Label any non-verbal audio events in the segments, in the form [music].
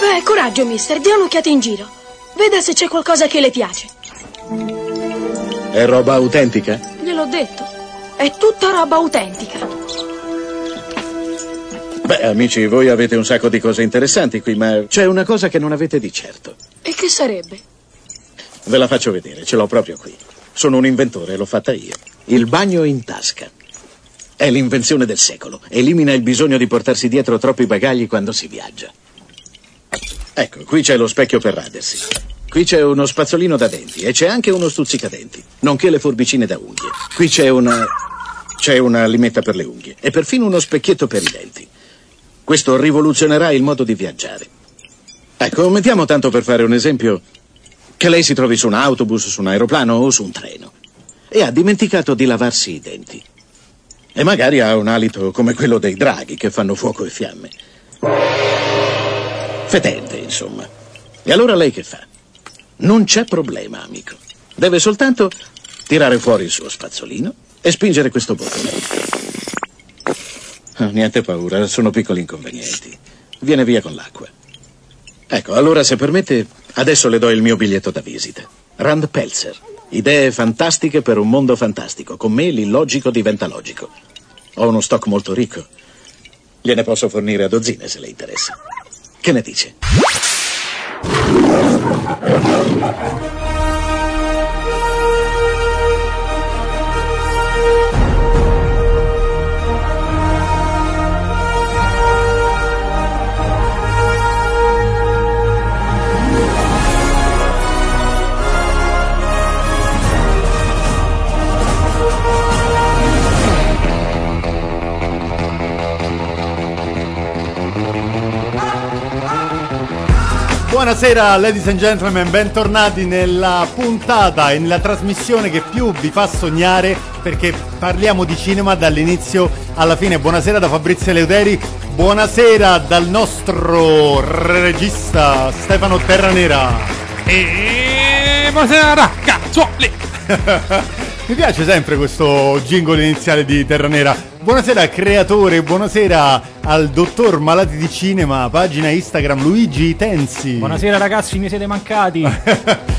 Beh, coraggio, mister, dia un'occhiata in giro. Veda se c'è qualcosa che le piace. È roba autentica? Gliel'ho detto. È tutta roba autentica. Beh, amici, voi avete un sacco di cose interessanti qui, ma c'è una cosa che non avete di certo. E che sarebbe? Ve la faccio vedere, ce l'ho proprio qui. Sono un inventore, l'ho fatta io. Il bagno in tasca. È l'invenzione del secolo. Elimina il bisogno di portarsi dietro troppi bagagli quando si viaggia. Ecco, qui c'è lo specchio per radersi. Qui c'è uno spazzolino da denti e c'è anche uno stuzzicadenti, nonché le forbicine da unghie. Qui c'è una. c'è una limetta per le unghie e perfino uno specchietto per i denti. Questo rivoluzionerà il modo di viaggiare. Ecco, mettiamo tanto per fare un esempio che lei si trovi su un autobus, su un aeroplano o su un treno e ha dimenticato di lavarsi i denti. E magari ha un alito come quello dei draghi che fanno fuoco e fiamme. Fetente, insomma. E allora lei che fa? Non c'è problema, amico. Deve soltanto tirare fuori il suo spazzolino e spingere questo bottone. Ah, niente paura, sono piccoli inconvenienti. Viene via con l'acqua. Ecco, allora se permette, adesso le do il mio biglietto da visita. Rand Pelzer. Idee fantastiche per un mondo fantastico. Con me l'illogico diventa logico. Ho uno stock molto ricco. Gliene posso fornire a dozzine se le interessa. Che ne dice? Buonasera ladies and gentlemen, bentornati nella puntata e nella trasmissione che più vi fa sognare perché parliamo di cinema dall'inizio alla fine. Buonasera da Fabrizio Leuteri, buonasera dal nostro regista Stefano Terranera. [laughs] E buonasera cazzuoli! Mi piace sempre questo jingle iniziale di Terra Nera. Buonasera creatore, buonasera al dottor Malati di Cinema, pagina Instagram Luigi Tensi. Buonasera ragazzi, mi siete mancati. [laughs]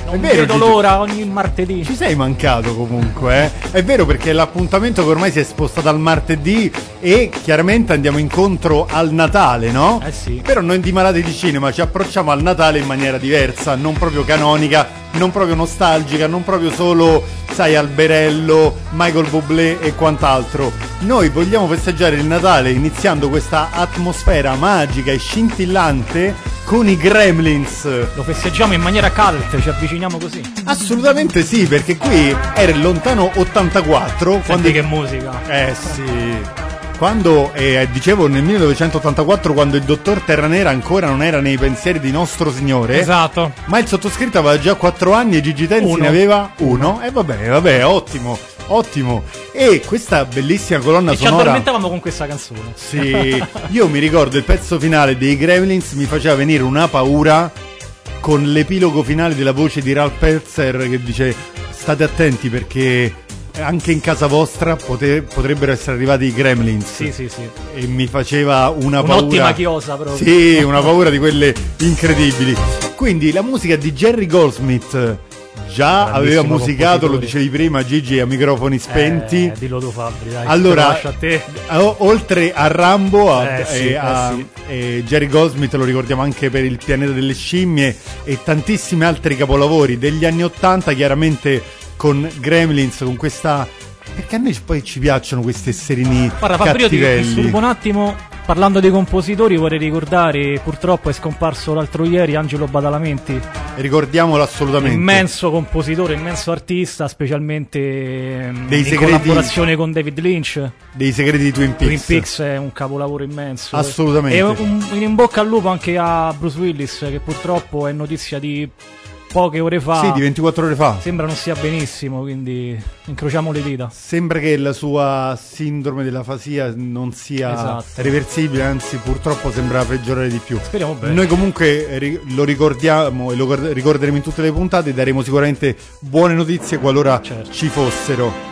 È Non vero, vedo Gigi. l'ora ogni martedì. Ci sei mancato comunque, eh? È vero perché l'appuntamento che ormai si è spostato al martedì e chiaramente andiamo incontro al Natale, no? Eh sì. Però noi di Malati di Cinema ci approcciamo al Natale in maniera diversa, non proprio canonica, non proprio nostalgica, non proprio solo, sai, Alberello, Michael Bublé e quant'altro. Noi vogliamo festeggiare il Natale iniziando questa atmosfera magica e scintillante con i Gremlins. Lo festeggiamo in maniera cult, ci avviciniamo così. Assolutamente sì, perché qui era il lontano 84 quando Senti che musica. Eh sì. Quando eh, dicevo nel 1984 quando il dottor Terranera ancora non era nei pensieri di nostro Signore. Esatto. Ma il sottoscritto aveva già 4 anni e Gigi Tensi Uno. ne aveva uno. E vabbè, vabbè, ottimo, ottimo. E questa bellissima colonna E ci sonora addormentavamo con questa canzone. sì, io mi ricordo il pezzo finale dei Gremlins mi faceva venire una paura con l'epilogo finale della voce di Ralph Pelzer che dice state attenti perché anche in casa vostra pote- potrebbero essere arrivati i Gremlins. [laughs] Sì, sì, sì. E mi faceva una paura. Un'ottima chiosa proprio. Sì, una paura di quelle incredibili. Quindi la musica di Jerry Goldsmith già aveva musicato, lo compositore. dicevi prima Gigi a microfoni spenti. Eh, dillo tu Fabri, dai. te lo Allora, eh, lascio a te. o- oltre a Rambo, a, Eh, sì, e eh, a- sì. e Jerry Goldsmith lo ricordiamo anche per Il pianeta delle scimmie e tantissimi altri capolavori degli anni Ottanta, chiaramente con Gremlins, con questa... Perché a noi poi ci piacciono questi esserini Guarda Fabri, io ti cattivelli. disturbo un attimo. Parlando dei compositori vorrei ricordare, purtroppo è scomparso l'altro ieri Angelo Badalamenti, Ricordiamolo assolutamente. immenso compositore, immenso artista, specialmente ehm, Dei in segreti- collaborazione con David Lynch. Dei segreti di Twin Peaks. Twin Peaks è un capolavoro immenso. Assolutamente. E un, un in bocca al lupo anche a Bruce Willis, che purtroppo è notizia di poche ore fa. Sì, di 24 ore fa. Sembra non stia benissimo, quindi incrociamo le dita. Sembra che la sua sindrome dell'afasia non sia Esatto. reversibile, anzi purtroppo sembra peggiorare di più. Speriamo bene. Noi comunque eh, ri- lo ricordiamo e lo guard- ricorderemo in tutte le puntate e daremo sicuramente buone notizie qualora Certo. ci fossero.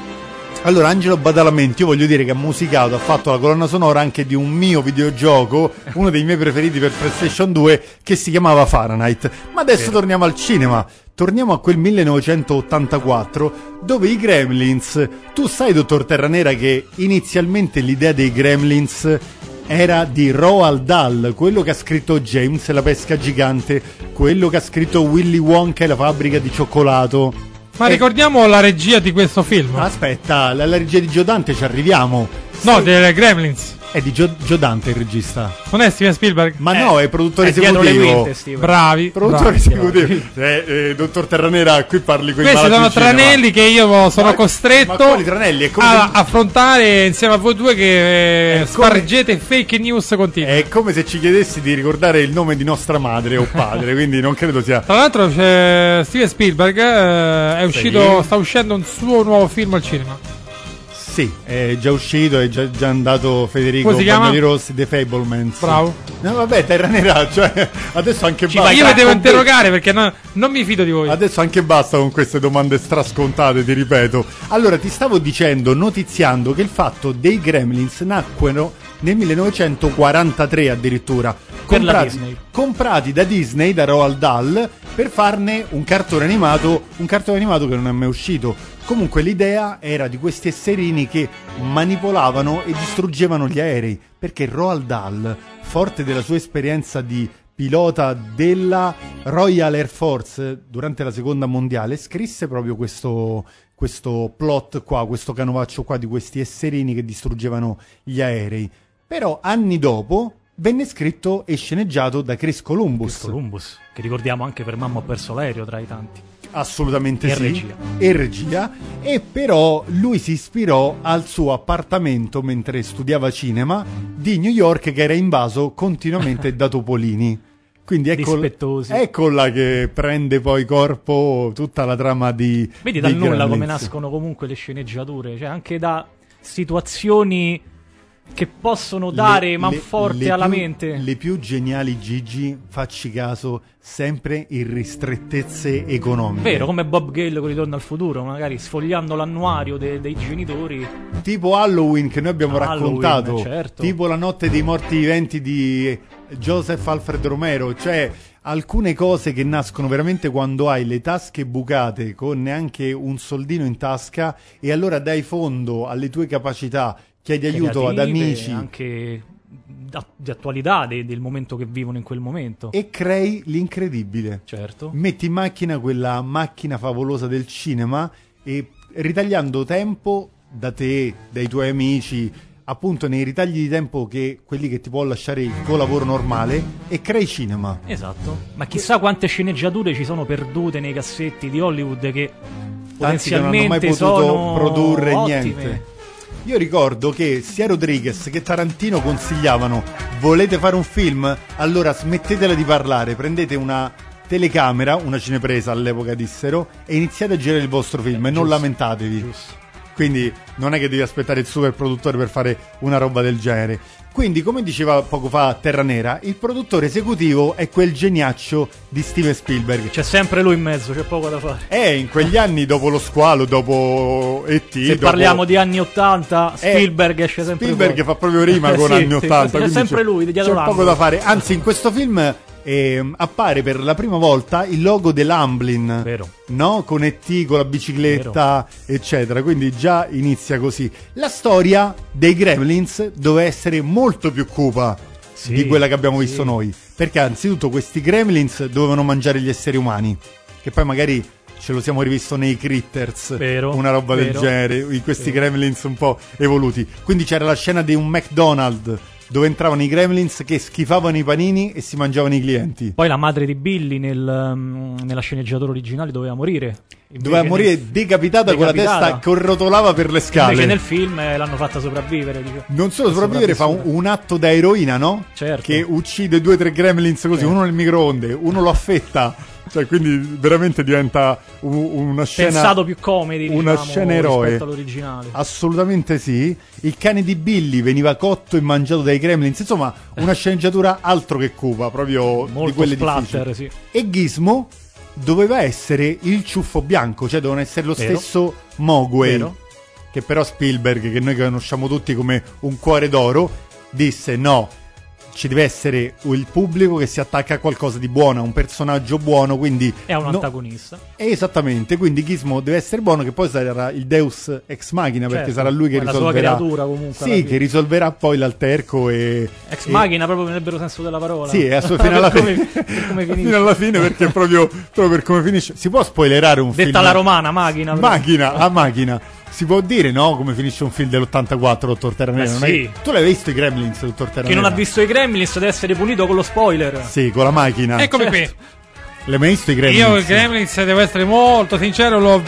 Allora, Angelo Badalamenti, io voglio dire che ha musicato, ha fatto la colonna sonora anche di un mio videogioco, uno dei miei preferiti per PlayStation 2, che si chiamava Fahrenheit. Ma adesso torniamo al cinema. Torniamo a quel 1984, dove i Gremlins. Tu sai, dottor Terranera, che inizialmente l'idea dei Gremlins era di Roald Dahl, quello che ha scritto James e la pesca gigante, quello che ha scritto Willy Wonka e la fabbrica di cioccolato. Ma E- ricordiamo la regia di questo film. Ah, Aspetta, la, la regia di Gio Dante ci arriviamo. no, delle Gremlins. È di Gio, Gio Dante il regista. Non è Steven Spielberg. Eh, Ma no, è il produttore È dietro esecutivo. le quinte, Steven. Bravi. Produttore bravi. esecutivo. Eh, eh, dottor Terranera, qui parli con i Questi malati sono di cinema. tranelli che io sono Ma- ma costretto quali tranelli? È come a se- affrontare insieme a voi due che È eh, come- spargete fake news continue. È come se ci chiedessi di ricordare il nome di nostra madre o [laughs] padre, quindi non credo sia. Tra l'altro c'è Steven Spielberg eh, è uscito, sta uscendo un suo nuovo film al cinema. Sì, è già uscito, è già, già andato Federico Come si chiama? Bagnoli Rossi, The Fablements. Bravo. No, vabbè, Terranera, cioè, adesso anche basta. io vi devo Con- interrogare perché no- non mi fido di voi. Adesso anche basta con queste domande strascontate, ti ripeto. Allora, ti stavo dicendo, notiziando che il fatto dei Gremlins nacquero nel 1943 addirittura. Per la Disney. comprati da Disney, da Roald Dahl, per farne un cartone animato, un cartone animato che non è mai uscito. Comunque l'idea era di questi esserini che manipolavano e distruggevano gli aerei, perché Roald Dahl, forte della sua esperienza di pilota della Royal Air Force durante la seconda mondiale, scrisse proprio questo, questo plot qua, questo canovaccio qua di questi esserini che distruggevano gli aerei. Però anni dopo venne scritto e sceneggiato da Chris Columbus. Columbus, che ricordiamo anche per Mamma ho perso l'aereo tra i tanti. Assolutamente E sì. regia. E regia. E però lui si ispirò al suo appartamento mentre studiava cinema di New York che era invaso continuamente da topolini. [laughs] Quindi ecco, Dispettosi. eccola che prende poi corpo tutta la trama di... di Vedi dal nulla come Gremlins. nascono comunque le sceneggiature, cioè anche da situazioni che possono dare Le- manforte le- le alla più- mente. Le più geniali Gigi, facci caso, sempre in ristrettezze economiche. Vero, come Bob Gale con Ritorno al futuro, magari sfogliando l'annuario de- dei genitori. Tipo Halloween che noi abbiamo Halloween, raccontato, certo. tipo la notte dei morti viventi di Joseph Alfred Romero, cioè alcune cose che nascono veramente quando hai le tasche bucate con neanche un soldino in tasca e allora dai fondo alle tue capacità, chiedi aiuto ad creative, amici Anche da- di attualità, de- del momento che vivono in quel momento. e crei l'incredibile. Certo. Metti in macchina quella macchina favolosa del cinema e ritagliando tempo da te, dai tuoi amici, appunto nei ritagli di tempo che quelli che ti può lasciare il tuo lavoro normale e crei cinema. Esatto. Ma chissà quante sceneggiature ci sono perdute nei cassetti di Hollywood che Tanti che non hanno mai potenzialmente potuto sono produrre ottime. niente. Io ricordo che sia Rodriguez che Tarantino consigliavano volete fare un film? Allora smettetela di parlare, prendete una telecamera, una cinepresa all'epoca dissero, e iniziate a girare il vostro film e non Eh, giusto, lamentatevi. giusto. Quindi non è che devi aspettare il super produttore per fare una roba del genere. Quindi, come diceva poco fa Terra Nera, il produttore esecutivo è quel geniaccio di Steven Spielberg. C'è sempre lui in mezzo, c'è poco da fare. Eh, in quegli anni dopo lo squalo, dopo E.T. Se dopo- parliamo di anni 80, eh, Spielberg esce sempre Spielberg fuori. fa proprio rima [laughs] Eh, con sì, anni sì, 80. sì, C'è quindi sempre lui, dietro c'è l'angolo. poco da fare. Anzi, in questo film ehm, appare per la prima volta il logo dell'Amblin. Vero. No? Con E.T., con la bicicletta, eccetera. Quindi già inizia così. La storia dei Gremlins doveva essere molto più cupa Sì, di quella che abbiamo sì. visto noi. Perché anzitutto questi Gremlins dovevano mangiare gli esseri umani. Che poi magari ce lo siamo rivisto nei Critters. Vero, una roba del vero. genere, in questi gremlins un po' evoluti. Quindi c'era la scena di un McDonald's dove entravano i gremlins che schifavano i panini e si mangiavano i clienti. Poi la madre di Billy nel, mm, nella sceneggiatura originale doveva morire. Invece Doveva nel- morire decapitata con la Decapitata. testa che orrotolava per le Invece scale. nel film eh, l'hanno fatta sopravvivere. dice. Non solo sopravvivere, fa un, un atto da eroina, no? Certo. Che uccide due o tre gremlins così, uno nel microonde, uno lo affetta. Cioè, quindi veramente diventa u- una scena... Pensato più comedy, una diciamo, scena eroe. Ah, rispetto all'originale. Assolutamente sì. Il cane di Billy veniva cotto e mangiato dai Gremlins. Insomma, una sceneggiatura altro che cupa, proprio di Molto quelle splatter, difficili. sì. E Gizmo doveva essere il ciuffo bianco, cioè dovevano essere lo Vero. stesso Mogwai. Vero. che però Spielberg, che noi conosciamo tutti come un cuore d'oro, disse no, ci deve essere il pubblico che si attacca a qualcosa di buono, a un personaggio buono, quindi... È un no- antagonista. Esattamente, quindi Gizmo deve essere buono che poi sarà il deus ex machina perché Certo, sarà lui che è la sua risolverà... creatura comunque, alla Sì, fine. che risolverà poi l'alterco e... Ex e- machina, proprio nel vero senso della parola. Sì, [laughs] e a sua- fino alla Per come- fine, per come finisce. [laughs] fino alla fine perché proprio, proprio per come finisce. Si può spoilerare un film? Detta [laughs] alla romana, macchina. però. Macchina, a macchina. Si può dire, no? Come finisce un film dell'84, Dottor Terra Nera? Beh, non è- sì. Tu l'hai visto i Gremlins, Dottor Terra Chi non Nera? ha visto i Gremlins deve essere punito con lo spoiler. Sì, con la macchina. Ecco, Eccomi qui. L'hai mai visto i Gremlins? Io il Gremlins, devo essere molto sincero, l'ho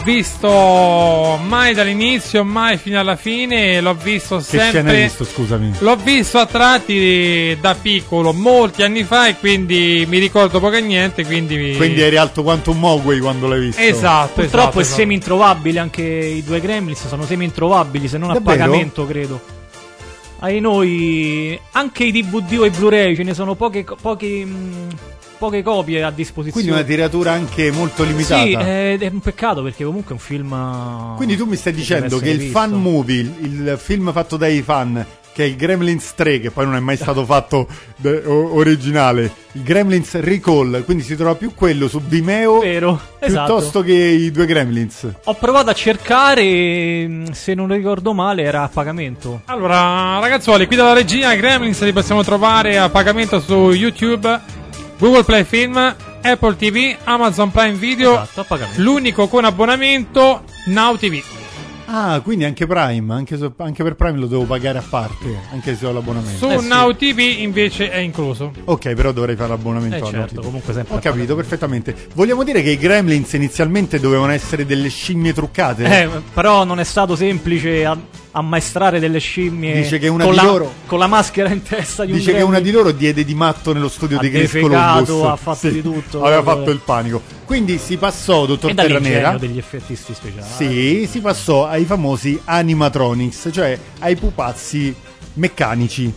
visto mai dall'inizio, mai fino alla fine, l'ho visto Che scena hai sempre... visto, scusami? L'ho visto a tratti da piccolo, molti anni fa, e quindi mi ricordo poco e niente, quindi... mi- Quindi eri alto quanto un Mogwai quando l'hai visto. Esatto, Purtroppo esatto, è esatto. semi-introvabile anche i due Gremlins, sono semi-introvabili se non a Davvero? pagamento, credo. Ai noi anche i DVD o i Blu-ray ce ne sono poche, co- poche, mh, poche copie a disposizione. Quindi una tiratura anche molto limitata. Sì, eh, ed è un peccato perché comunque è un film. eh, Quindi tu mi stai che dicendo deve che il essere fan visto. movie, il il film fatto dai fan, che è il Gremlins 3, che poi non è [laughs] mai stato fatto de- o- originale, il Gremlins Recall, quindi si trova più quello su Vimeo Vero, piuttosto esatto. che i due Gremlins. Ho provato a cercare, mh, se non ricordo male, era a pagamento. Allora, ragazzuoli, qui dalla regia Gremlins li possiamo trovare a pagamento su YouTube, Google Play Film, Apple TV, Amazon Prime Video, Esatto, a pagamento. l'unico con abbonamento, Now TV. Ah, quindi anche Prime, anche, se- anche per Prime lo devo pagare a parte, anche se ho l'abbonamento. Su Eh sì. Now TV invece è incluso. Ok, però dovrei fare l'abbonamento Eh, alla certo, notte. comunque sempre Ho a capito perfettamente. Vogliamo dire che i Gremlins inizialmente dovevano essere delle scimmie truccate? Eh, però non è stato semplice a- ammaestrare delle scimmie Dice che una con, di la, loro- con la maschera in testa di un Dice che gremlin. una di loro diede di matto nello studio Ha di Chris defecato, Columbus. ha fatto di tutto. Aveva proprio. fatto il panico. Quindi si passò, dottor E dall'ingegno Terranera. degli effettisti speciali. Sì, si passò ai famosi animatronics, cioè ai pupazzi meccanici.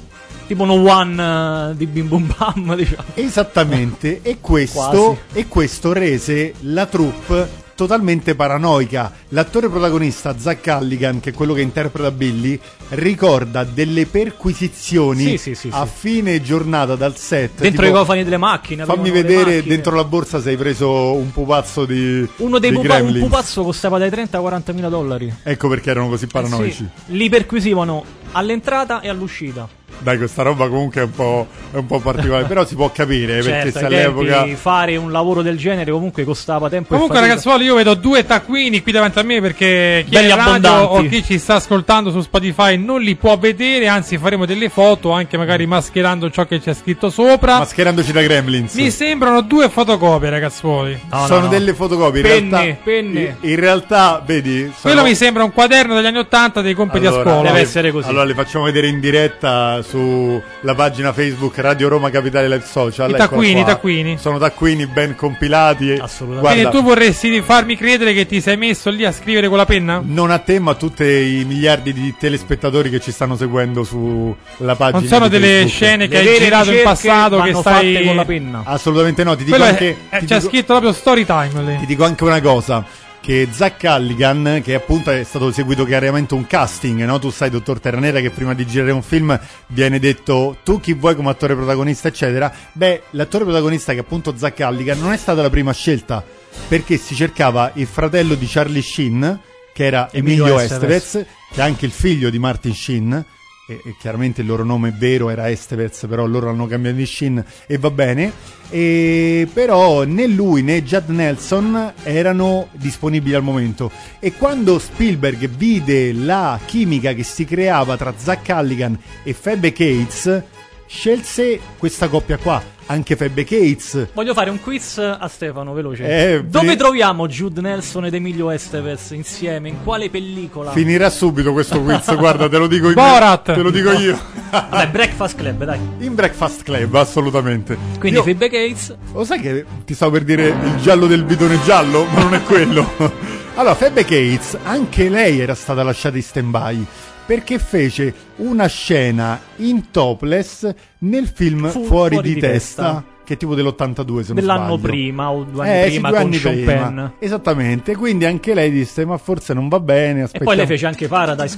Tipo uno one eh, di Bim Bum Bam, [laughs] diciamo. Esattamente, e questo, Eh, Quasi. e questo rese la troupe totalmente paranoica. L'attore protagonista Zach Halligan, che è quello che interpreta Billy, ricorda delle perquisizioni Sì, sì, sì, a sì. fine giornata dal set. Dentro i tipo, cofani delle macchine. Fammi aprivano le vedere macchine. dentro la borsa se hai preso un pupazzo di. Uno dei di pupa- un Gremlins. pupazzo costava dai 30 a 40 mila dollari. Ecco perché erano così paranoici. Sì, li perquisivano all'entrata e all'uscita. Dai, questa roba comunque è un po', è un po particolare, però si può capire Eh, perché certo, se ai tempi all'epoca. fare un lavoro del genere comunque costava tempo Comunque, e fatica. ragazzuoli, io vedo due taccuini qui davanti a me perché chi Belli è in radio abbondanti. o chi ci sta ascoltando su Spotify non li può vedere, anzi faremo delle foto anche magari mascherando ciò che c'è scritto sopra. Mascherandoci da Gremlins. Mi sembrano due fotocopie, ragazzuoli. No, no, sono no. delle fotocopie. in Penne, realtà, penne. In, in realtà, vedi. sono- Quello mi sembra un quaderno degli anni Ottanta dei compiti Allora, a scuola. deve essere così. Allora, le facciamo vedere in diretta sulla pagina Facebook Radio Roma Capitale Live Social. I Eccola taccuini, qua. i taccuini. Sono taccuini ben compilati. e- Assolutamente. Quindi Guarda, tu vorresti farmi credere che ti sei messo lì a scrivere con la penna? Non a te, ma a tutti i miliardi di telespettatori che ci stanno seguendo sulla pagina. Non sono di delle Facebook. scene che Le hai vere girato in ricerche passato che vanno stai fatte con la penna. Assolutamente no, ti dico Quello è- anche. eh, ti c'è dico- scritto proprio story time lì. Ti dico anche una cosa. Che Zach Halligan, che appunto è stato seguito chiaramente un casting, no? Tu sai, dottor Terranera, che prima di girare un film viene detto tu chi vuoi come attore protagonista, eccetera. Beh, l'attore protagonista, che è appunto Zach Halligan, non è stata la prima scelta, perché si cercava il fratello di Charlie Sheen, che era Emilio Emilio Estevez. Estevez, che è anche il figlio di Martin Sheen. E, e chiaramente il loro nome vero era Estevez, però loro hanno cambiato di Shin e va bene. E però né lui né Judd Nelson erano disponibili al momento. E quando Spielberg vide la chimica che si creava tra Zach Halligan e Febbe Cates, scelse questa coppia qua, anche Febbe Cates. Voglio fare un quiz a Stefano, veloce. Eh, Dove vi- troviamo Jude Nelson ed Emilio Estevez insieme? In quale pellicola? Finirà subito questo quiz, guarda, te lo dico io. Borat! Te lo dico io. [laughs] Vabbè, Breakfast Club, dai. In Breakfast Club, assolutamente. Quindi Io- Phoebe Gates, Lo sai che ti stavo per dire il giallo del bidone giallo, ma non è quello. [laughs] Allora, Febbe Gates, anche lei era stata lasciata in stand-by perché fece una scena in topless nel film Fu- Fuori, di, testa. che è tipo dell'82 se non sbaglio. Dell'anno prima o due anni Eh, sì, prima due con anni Sean prima. Penn. Esattamente, quindi anche lei disse ma forse non va bene, E poi aspettiamo. lei fece anche Paradise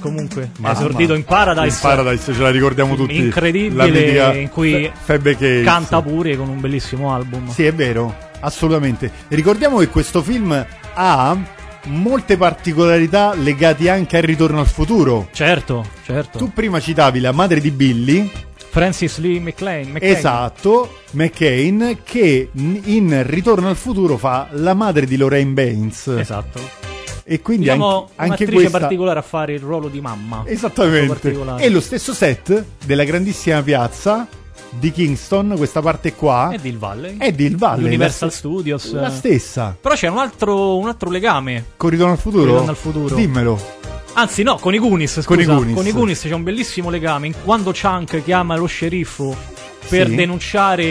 [laughs] comunque. Ha Mamma. esordito in Paradise. In Paradise ce la ricordiamo Film tutti. incredibile La mitica in cui Febbe Cakes. Canta pure con un bellissimo album. Sì, è vero, assolutamente. E ricordiamo che questo film ha molte particolarità legate anche al ritorno al futuro. Certo, certo. Tu prima citavi la madre di Billy, Francis Lee McLean. McCain. esatto, McCain, che in Ritorno al futuro fa la madre di Lorraine Baines. Esatto. E quindi Diciamo anche, anche un'attrice questa... particolare a fare il ruolo di mamma. Molto Esattamente. particolare. E lo stesso set della grandissima piazza di Kingston, questa parte qua, E Dill Valley. Ah. è di Il Valle. Universal la, Studios. la stessa. Però c'è un altro, un altro legame. Con Ritorno al futuro? Ritorno al futuro. Dimmelo. Anzi, no, con i Goonies. Scusa. Con i Goonies. c'è un bellissimo legame. In- Quando Chunk chiama lo sceriffo per Sì. denunciare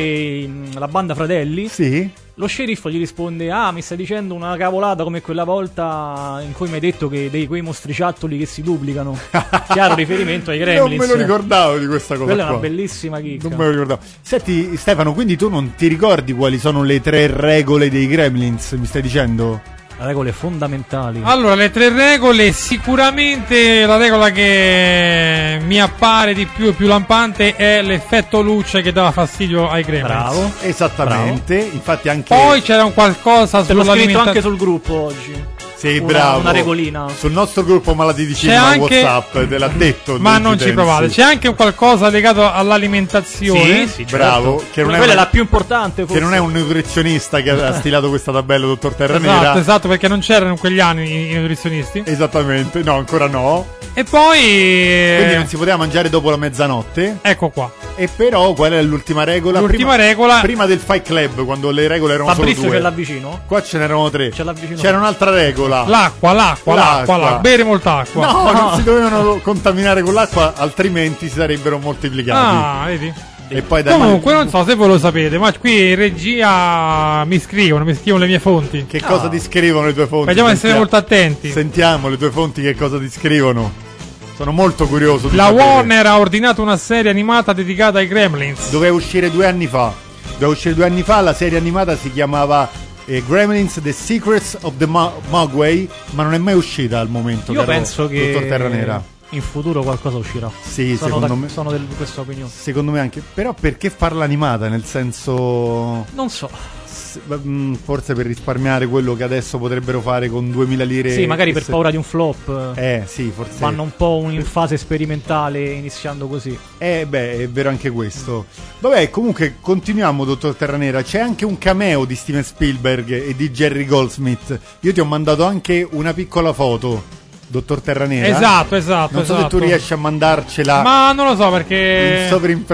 mm, la banda Fratelli, Sì. lo sceriffo gli risponde: Ah, mi stai dicendo una cavolata come quella volta in cui mi hai detto che dei quei mostriciattoli che si duplicano. [laughs] Chiaro riferimento ai Non Gremlins. me lo ricordavo di questa cosa. Quella è una qua. bellissima chicca. Non me lo ricordavo. Senti, Stefano, quindi tu non ti ricordi quali sono le tre regole dei Gremlins? Mi stai dicendo? Regole fondamentali. Ah, Allora, le tre regole, sicuramente la regola che mi appare di più e più lampante è l'effetto luce che dava fastidio ai Gremlins. Bravo. eh, Esattamente. Infatti, anche. Poi c'era un qualcosa Te l'ho scritto anche sull'alimentazione. sul gruppo oggi. Sì, una- bravo. una regolina. Sul nostro gruppo malati di C'è cinema anche- WhatsApp, te l'ha detto. Ma Luigi non ci Tenzi. provate. C'è anche un qualcosa legato all'alimentazione. Sì, certo. Bravo, che non, è Quella è una- la più importante forse. che non è un nutrizionista che [laughs] ha stilato questa tabella, dottor Terranera. Esatto, esatto, perché non c'erano in quegli anni i, i nutrizionisti. Eh. Esattamente, no, ancora no. E poi. Eh. Quindi non si poteva mangiare dopo la mezzanotte. Ecco qua. E però qual è l'ultima regola? L'ultima prima, regola- prima del Fight Club, quando le regole erano Fabrizio solo ce due. l'ha vicino? Qua ce n'erano tre. Ce l'ha vicino. C'era un'altra regola. L'acqua, l'acqua, l'acqua, L'acqua. l'acqua. Bere molta [laughs] acqua. No, non si dovevano contaminare con l'acqua, altrimenti si sarebbero moltiplicati. Ah, vedi. E poi dai, Comunque, non so se voi lo sapete, ma qui in regia mi scrivono, mi scrivono le mie fonti. che cosa ti scrivono le tue fonti? diciamo Vediamo di essere Sentiamo- molto attenti. Sentiamo le tue fonti che cosa ti scrivono. Sono molto curioso di La sapere. Warner ha ordinato una serie animata dedicata ai Gremlins. doveva uscire due anni fa. Doveva uscire due anni fa, la serie animata si chiamava eh, Gremlins The Secrets of the Mo- Mogwai, ma non è mai uscita al momento. Io caro penso che Dottor Terra Nera. in futuro qualcosa uscirà. Sì, sono secondo da- me- sono del- di questa opinione. Secondo me anche. Però perché farla animata? Nel senso. Non so. s- mm, Forse per risparmiare quello che adesso potrebbero fare con 2000 lire. sì, magari e per se- paura di un flop. Eh, sì, forse. Vanno un po' un- in fase sperimentale iniziando così. Eh beh, è vero anche questo. Vabbè, comunque continuiamo, dottor Terranera. C'è anche un cameo di Steven Spielberg e di Jerry Goldsmith. Io ti ho mandato anche una piccola foto, dottor Terranera. Esatto, esatto. Non so se esatto. tu riesci a mandarcela Ma non lo so in perché.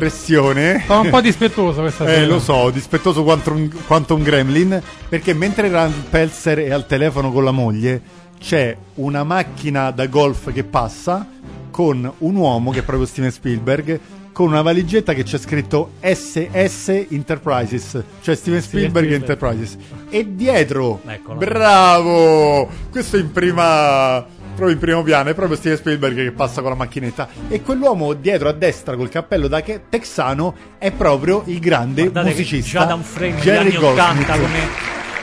sovrimpressione. Sono un po' dispettoso questa sera. Eh, lo so, dispettoso quanto un, quanto un gremlin, perché mentre Rand Pelzer è al telefono con la moglie, c'è una macchina da golf che passa con un uomo, che è proprio Steven Spielberg, con una valigetta che c'è scritto SS Enterprises, cioè Steven Spielberg Spielberg. Enterprises. E dietro, Eccola. bravo! Questo in prima... Proprio in primo piano, è proprio Steven Spielberg che passa con la macchinetta. E quell'uomo dietro a destra col cappello da che- texano è proprio il grande Guardate che musicista già da un frame degli Jerry anni 80 Goldsmith. come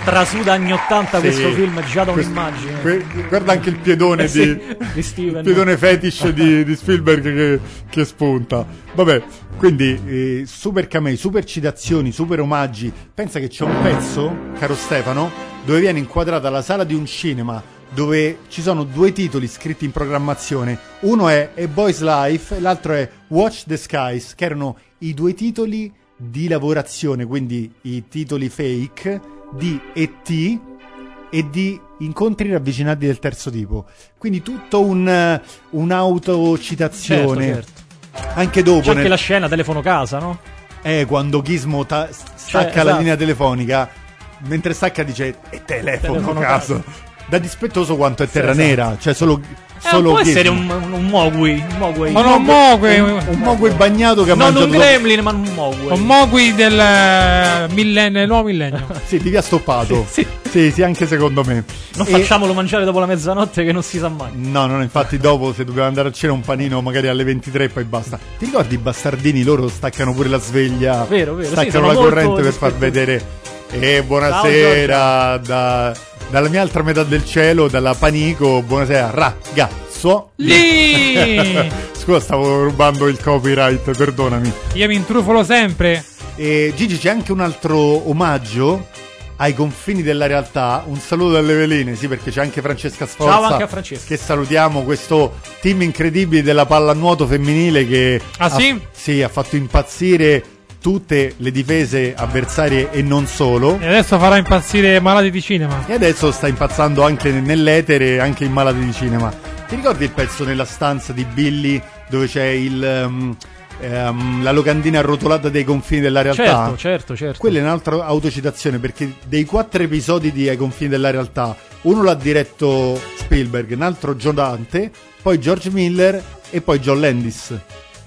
trasuda anni 80 Sì. questo film già da Questo- un'immagine. que- guarda anche il piedone Eh di, sì, di Steven. il piedone fetish [laughs] di, di Spielberg che, che spunta vabbè quindi eh, super camei super citazioni super omaggi pensa che c'è un pezzo caro Stefano dove viene inquadrata la sala di un cinema dove ci sono due titoli scritti in programmazione uno è A Boy's Life e l'altro è Watch the Skies che erano i due titoli di lavorazione quindi i titoli fake di E.T e di incontri ravvicinati del terzo tipo. Quindi tutto un, eh, un'autocitazione. Certo, Anche dopo, C'è anche nel- la scena telefono casa, no? eh, quando Ghismo ta- stacca la esatto. linea telefonica, mentre stacca dice e telefono, Telefono caso. Da dispettoso quanto è Terra esatto. Nera, cioè solo solo può essere Gizmo. un, un Mogui. Un Mogui. Ma no, un Mogui, un, un Mogwai bagnato che ha non mangiato un Gremlin, ma un Mogui. un Mogui del eh, millennio, nuovo millennio. [laughs] Sì, li vi ha stoppato. Sì, sì, sì, anche secondo me. non E- facciamolo mangiare dopo la mezzanotte che non si sa mai. No, no, infatti dopo se dobbiamo andare a cena un panino magari alle 23 e poi basta. Ti ricordi i bastardini? Loro staccano pure la sveglia. Vero, vero, sì, Staccano sono la molto corrente per far dispettosi. vedere. E buonasera da- dalla mia altra metà del cielo, dalla Panico. Buonasera, ragazzo. Lì! [laughs] Scusa, stavo rubando il copyright, perdonami. Io mi intrufolo sempre. E Gigi c'è anche un altro omaggio ai confini della realtà. Un saluto dalle veline, sì, perché c'è anche Francesca Sforza. Ciao anche a Francesca. Che salutiamo questo team incredibile della pallanuoto femminile che Ah, ha, sì? sì, ha fatto impazzire tutte le difese avversarie e non solo. E adesso farà impazzire malati di cinema. E adesso sta impazzando anche nell'etere, anche in malati di cinema. Ti ricordi il pezzo nella stanza di Billy dove c'è il, ehm, ehm, la locandina arrotolata dei confini della realtà? Certo, certo, certo. Quella è un'altra autocitazione perché dei quattro episodi di Ai confini della realtà, uno l'ha diretto Spielberg, un altro John Dante, poi George Miller e poi John Landis,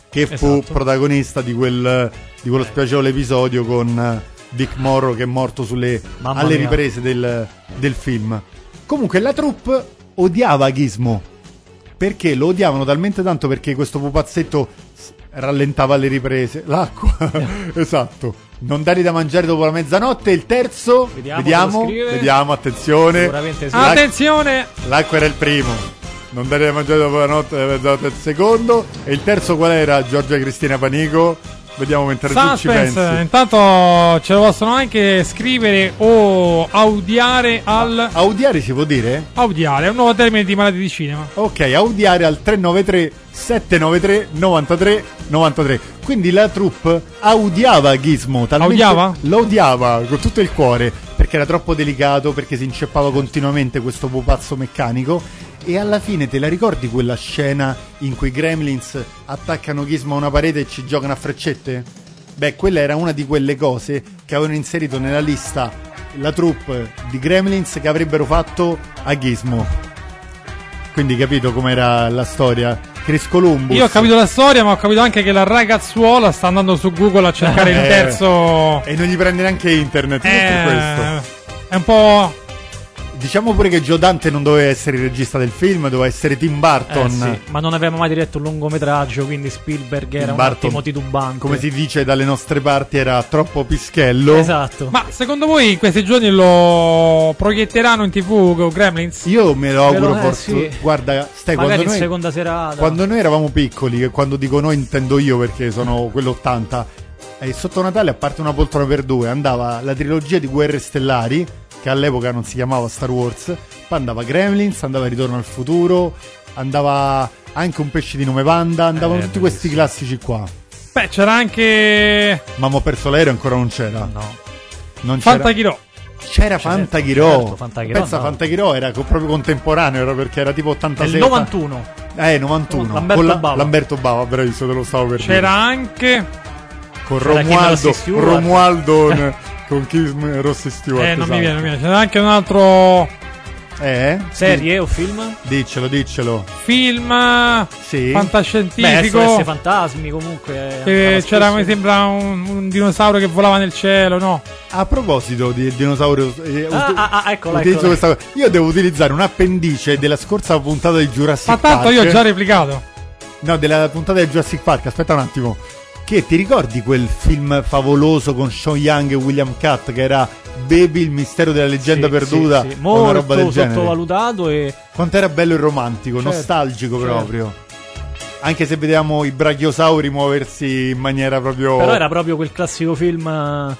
che fu Esatto. Eh. protagonista di, quel, di quello spiacevole episodio con eh, Dick Morrow che è morto sulle, Mamma alle mia. riprese del, del film. Comunque la troupe odiava Gizmo perché lo odiavano talmente tanto perché questo pupazzetto s- rallentava le riprese. [laughs] [laughs] L'acqua, esatto. Non dargli da mangiare dopo la mezzanotte. Il terzo, Vediamo vediamo, cosa vediamo, scrive. attenzione. Sicuramente sì. Ah, Attenzione! L'acqua era il primo. Non dargli da mangiare dopo la notte, la mezzanotte è il secondo. E il terzo qual era? Giorgia Cristina Panico. Vediamo mentre tu ci pensi. Suspense, intanto ce lo possono anche scrivere o audiare al... Audiare si può dire? Audiare, è un nuovo termine di malati di cinema. Ok, audiare al 393 793 93 93. Quindi la troupe audiava Gizmo, talmente Audiava? lo odiava con tutto il cuore, perché era troppo delicato, perché si inceppava continuamente questo pupazzo meccanico e alla fine te la ricordi quella scena in cui i Gremlins attaccano Gizmo a una parete e ci giocano a freccette? Beh, quella era una di quelle cose che avevano inserito nella lista la troupe di Gremlins che avrebbero fatto a Gizmo. Quindi capito com'era la storia? Chris Columbus. Io ho capito la storia, ma ho capito anche che la ragazzuola sta andando su Google a cercare il [laughs] Eh. terzo. E non gli prende neanche internet io per Eh, questo. è un po'. Diciamo pure che Joe Dante non doveva essere il regista del film, doveva essere Tim Burton. Eh, sì, ma non avevamo mai diretto un lungometraggio, quindi Spielberg era Tim un Burton, attimo titubante. Come si dice dalle nostre parti era troppo pischello. Esatto. Ma secondo voi in questi giorni lo proietteranno in tv con Gremlins? Io me lo auguro eh, forse. sì. Guarda, stai Magari quando in noi, seconda serata. quando noi eravamo piccoli, e quando dico noi intendo io perché sono quell'80, e sotto Natale a parte una poltrona per due andava la trilogia di Guerre Stellari, che all'epoca non si chiamava Star Wars, poi andava Gremlins, andava Ritorno al futuro, andava anche un pesce di nome Panda, Eh, andavano tutti questi classici qua. Beh, c'era anche. Mamma ho perso l'aereo ancora non c'era. No. Non c'era. Fantachirò. C'era Fantaghiro. certo, Fantaghirò, Pensa no. Fantaghirò era co- proprio contemporaneo, era perché era tipo 86. Nel 91. Eh, 91. Lamberto con Bava. Lamberto Bava, bravissimo, te lo stavo per C'era anche. dire. Con c'era Romualdo. Kim Stewart. Romualdo n- con Kim Rossi Stewart. Eh, non esatto. mi viene, non mi viene. C'era anche un altro Eh? Serie o film? Sì, Diccelo, diccelo. film Sì. Beh, fantascientifico. SOS Eh, Fantasmi Eh, comunque. eh, che andava c'era, spesso. mi sembra, un, un dinosauro che volava nel cielo, no? A proposito di dinosaurio, eh, Ah, ah, ah, eccola, utilizzo eccola. questa- io devo utilizzare un'appendice della scorsa puntata di Jurassic Ma Park. tanto io ho già replicato. No, della puntata di Jurassic Park, aspetta un attimo. Che ti ricordi quel film favoloso con Sean Young e William Cutt che era Baby il mistero della leggenda Sì, perduta? sì, sì. o una roba del Molto genere. sottovalutato e Quanto era bello e romantico, Certo, nostalgico certo. proprio. Anche se vediamo i brachiosauri muoversi in maniera proprio. Però era proprio quel classico film eh,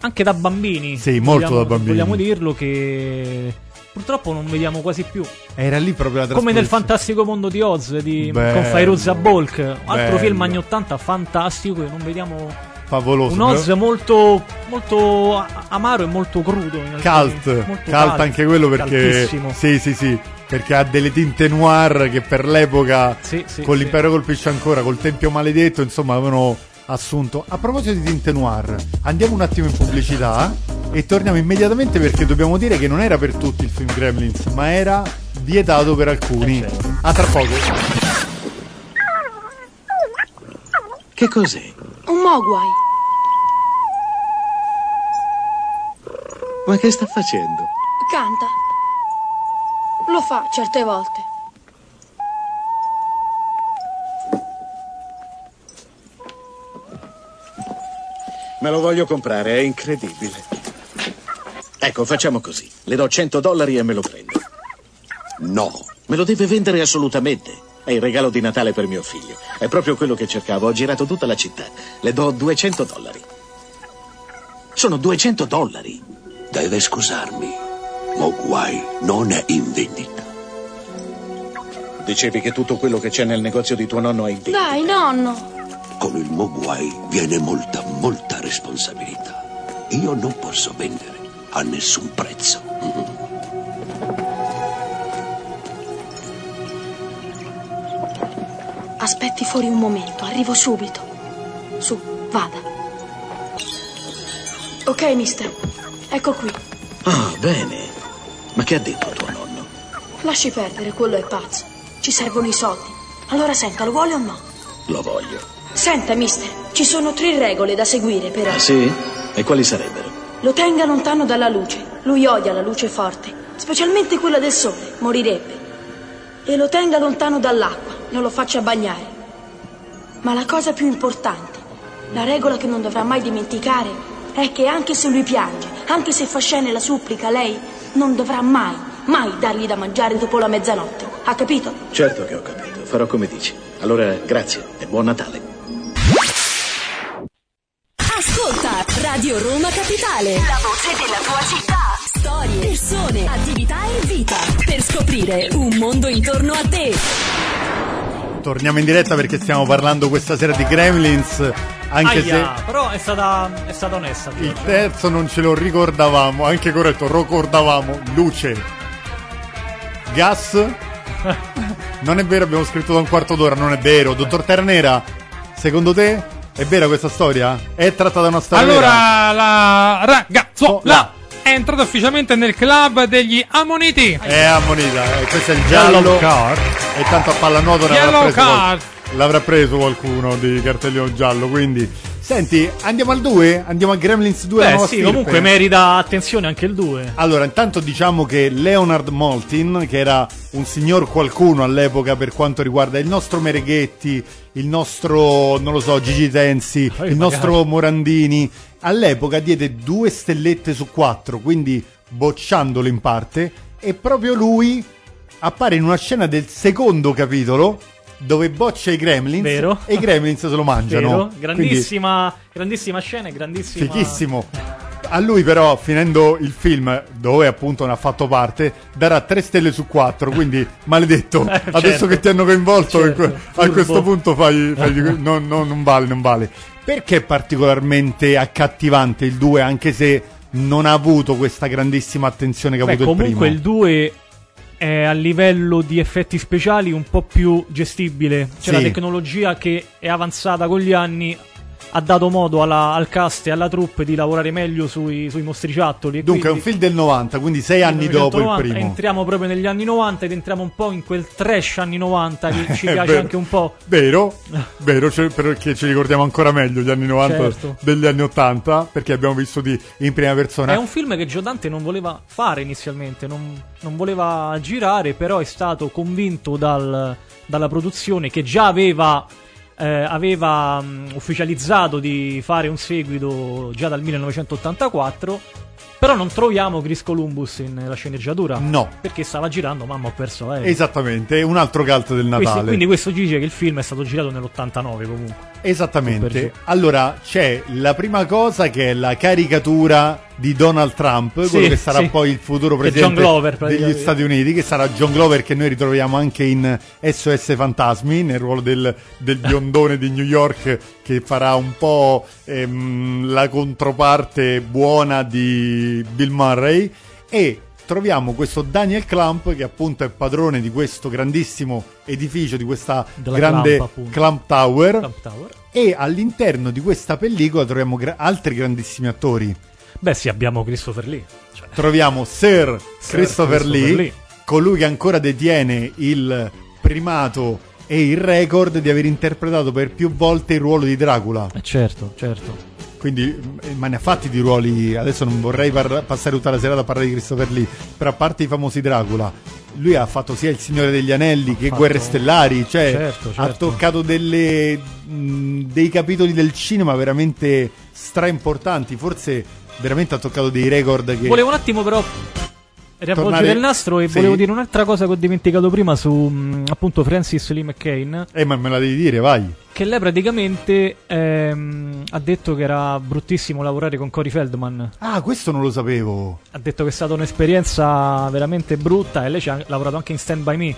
anche da bambini. Sì, molto Vogliamo- da bambini. Vogliamo dirlo che purtroppo non vediamo quasi più. Era lì proprio la Come nel trasposizione. fantastico mondo di Oz di, Bello. con Fairuza Bulk, un altro Bello. film anni 80 fantastico che non vediamo Favoloso. un Oz però- molto, molto a- amaro e molto crudo. in alcuni- Cult, molto cult, anche quello perché. Caltissimo. Sì, sì, sì. Perché ha delle tinte noir che per l'epoca. Sì, sì, con sì. l'impero colpisce ancora, col tempio maledetto, insomma, avevano assunto. A proposito di tinte noir, andiamo un attimo in pubblicità e torniamo immediatamente perché dobbiamo dire che non era per tutti il film Gremlins, ma era vietato per alcuni. Eh, certo. A tra poco. Che cos'è? Un Mogwai. Ma che sta facendo? Canta. Lo fa certe volte. Me lo voglio comprare, è incredibile. Ecco, facciamo così. Le do 100 dollari e me lo prendo. No, me lo deve vendere assolutamente. È il regalo di Natale per mio figlio. È proprio quello che cercavo. Ho girato tutta la città. Le do 200 dollari. Sono 200 dollari. Deve scusarmi. Mogwai non è in vendita. Dicevi che tutto quello che c'è nel negozio di tuo nonno è in vendita. Dai, nonno. Con il Mogwai viene molta, molta responsabilità. Io non posso vendere a nessun prezzo. Aspetti fuori un momento, arrivo subito. Su, vada. Ok, mister. Ecco qui. Ah, bene. Ma che ha detto tuo nonno? Lasci perdere, quello è pazzo. Ci servono i soldi. Allora senta, lo vuole o no? Lo voglio. Senta, mister, ci sono tre regole da seguire però. Ah, sì? E quali sarebbero? Lo tenga lontano dalla luce. Lui odia la luce forte, specialmente quella del sole, morirebbe. E lo tenga lontano dall'acqua, non lo faccia bagnare. Ma la cosa più importante, la regola che non dovrà mai dimenticare, è che anche se lui piange, anche se fa scene la supplica, lei non dovrà mai, mai dargli da mangiare dopo la mezzanotte. Ha capito? Certo che ho capito, farò come dici. Allora, grazie e buon Natale. Ascolta Radio Roma Capitale. La voce della tua città. Storie, persone, attività e vita. Per scoprire un mondo intorno a te. Torniamo in diretta perché stiamo parlando questa sera di Gremlins. Anche Aia, se però è stata, è stata onesta. il terzo non ce lo ricordavamo, anche corretto, ricordavamo. Luce. [laughs] Gas. Non è vero, abbiamo scritto da un quarto d'ora, non è vero. Dottor Ternera, secondo te è vera questa storia? È tratta da una storia vera? Allora, la Oh, là. ragazzuola è entrata ufficialmente nel club degli Ammoniti. È ammonita, eh, questo è il giallo. Yellow card. E tanto a pallanuoto ne avrà Yellow preso, qual- card. l'avrà preso qualcuno di cartellino giallo, quindi... Senti, andiamo al 2? Andiamo a Gremlins 2? la Beh, nuova sì, stirpe? comunque merita attenzione anche il 2. Allora, intanto diciamo che Leonard Maltin, che era un signor qualcuno all'epoca per quanto riguarda il nostro Mereghetti, il nostro, non lo so, Gigi Tensi, il magari. nostro Morandini, all'epoca diede due stellette su quattro, quindi bocciandolo in parte, e proprio lui appare in una scena del secondo capitolo dove boccia i Gremlins Vero. e i Gremlins se lo mangiano. Vero? Quindi- Grandissima, grandissima scena e grandissima. Fichissimo. A lui però, finendo il film, dove appunto ne ha fatto parte, darà 3 stelle su 4, quindi maledetto. Eh, certo. Adesso che ti hanno coinvolto, Certo, in que- a furbo. questo punto fai... fai di que- no, no, non vale, non vale. Perché è particolarmente accattivante il 2, anche se non ha avuto questa grandissima attenzione che ha Beh, avuto il primo? comunque il 2 è a livello di effetti speciali un po' più gestibile. C'è Sì. la tecnologia che è avanzata con gli anni. Ha dato modo alla- al cast e alla troupe di lavorare meglio sui, sui mostriciattoli. e Dunque è un quindi- film del 90, quindi 6 anni dopo il 1990, primo. Entriamo proprio negli anni 90 ed entriamo un po' in quel trash anni 90 che [laughs] ci È piace Eh, vero. anche un po'. [laughs] Vero, vero, cioè, perché ci ricordiamo ancora meglio gli anni 90 Certo. degli anni 80, perché abbiamo vissuti in prima persona. È un film che Giordante non voleva fare inizialmente, non, non voleva girare, però è stato convinto dal- dalla produzione che già aveva, eh, aveva, mh, ufficializzato di fare un seguito già dal 1984. Però non troviamo Chris Columbus in- nella sceneggiatura. No. Perché stava girando, mamma ho perso l'aereo. Esattamente, è un altro cult del Eh. Questo- Natale. quindi questo ci dice che il film è stato girato nell'89 comunque. Esattamente. Super. Allora, c'è la prima cosa che è la caricatura di Donald Trump, Sì, quello che sarà sì. poi il futuro Che è presidente John Glover, degli praticamente. Stati Uniti, che sarà John Glover che noi ritroviamo anche in SOS Fantasmi, nel ruolo del, [laughs] del biondone di New York che farà un po' ehm, la controparte buona di Bill Murray e troviamo questo Daniel Clump che appunto è padrone di questo grandissimo edificio, di questa Della grande Clump, appunto. Clump Tower. Trump Tower. E all'interno di questa pellicola troviamo gra- altri grandissimi attori. Beh, sì, abbiamo Christopher Lee. Cioè, Troviamo Sir, Christopher, Sir Christopher Lee, Lee. colui che ancora detiene il primato e il record di aver interpretato per più volte il ruolo di Dracula. Eh, certo, certo. Quindi, eh, ma ne ha fatti di ruoli. Adesso non vorrei parla- passare tutta la serata a parlare di Christopher Lee. Però a parte i famosi Dracula, lui ha fatto sia Il Signore degli Anelli che fatto- Guerre Stellari. Cioè, Certo, ha certo. toccato delle, mh, dei capitoli del cinema veramente stra importanti. Forse veramente ha toccato dei record che. Volevo un attimo però riavvolgere Tornare- il nastro e Sì. volevo dire un'altra cosa che ho dimenticato prima su mh, appunto Francis Lee McCain Eh, ma me la devi dire, vai. che lei praticamente ehm, ha detto che era bruttissimo lavorare con Cory Feldman Ah, questo non lo sapevo. ha detto che è stata un'esperienza veramente brutta e lei ci ha lavorato anche in Stand By Me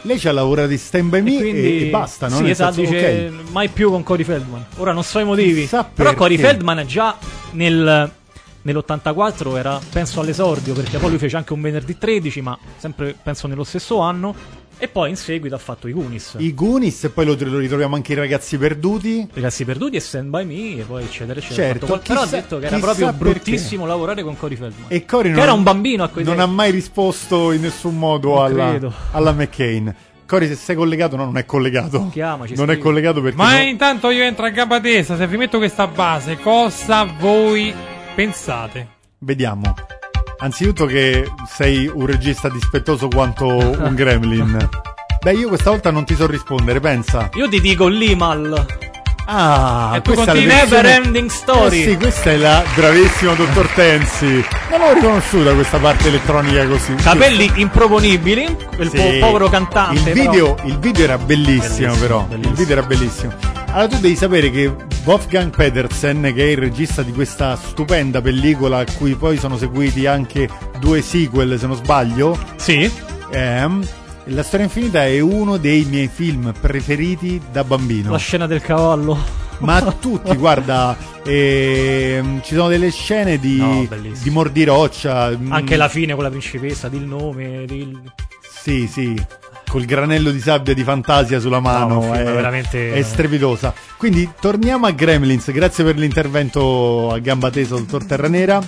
Lei ci ha lavorato in Stand By Me e, e basta, no? Sì, Nel esatto, senso- dice ok. mai più con Cory Feldman. Ora non so i motivi. Chissà Però Cory perché. Feldman già nel, nell'84 era, penso, all'esordio, perché poi lui fece anche un venerdì 13, ma sempre, penso, nello stesso anno. E poi in seguito ha fatto i Goonies. I Goonies e poi lo, lo ritroviamo anche i Ragazzi Perduti. Ragazzi perduti e Stand By Me e poi eccetera eccetera. Certo, Ha fatto qual- però ha chissà- detto che era chissà proprio perché. bruttissimo lavorare con Cory Feldman. E Cory che non- era un bambino a quei non ha mai risposto in nessun modo Non alla, credo. alla McCain. Cori, se sei collegato, no, non è collegato. Chiamaci, non è scrivi. collegato perché. Ma no- intanto io entro a gamba tesa, se vi metto questa base, cosa voi pensate? Vediamo. Anzitutto, che sei un regista dispettoso quanto [laughs] un gremlin. Beh, io questa volta non ti so rispondere, pensa. Io ti dico Limal. Ah, E tu questa è la continui- Never versione- Ending Story. Eh sì, questa è la bravissima [laughs] dottor Tensi. Non l'ho riconosciuta questa parte elettronica così. Capelli improponibili, quel Sì. po- povero cantante. Il però. video, il video era bellissimo, Bellissimo, però. bellissimo. Il video era bellissimo. Allora, tu devi sapere che Wolfgang Pedersen, che è il regista di questa stupenda pellicola, a cui poi sono seguiti anche due sequel, se non sbaglio. Sì. ehm, la storia infinita è uno dei miei film preferiti da bambino. La scena del cavallo. Ma a [laughs] tutti, guarda, ehm, ci sono delle scene di, No, bellissimo. di mordiroccia. mm, Anche la fine con la principessa, di il nome, di il- Sì, sì. Col granello di sabbia di fantasia sulla mano. un film è, veramente- è strepitosa. Quindi torniamo a Gremlins. Grazie per l'intervento a gamba tesa, dottor Terranera.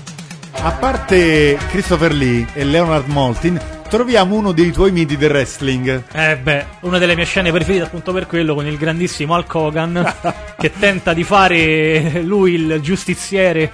A parte Christopher Lee e Leonard Maltin, troviamo uno dei tuoi miti del wrestling. Eh beh, una delle mie scene preferite appunto per quello con il grandissimo [laughs] Hulk Hogan che tenta di fare lui il giustiziere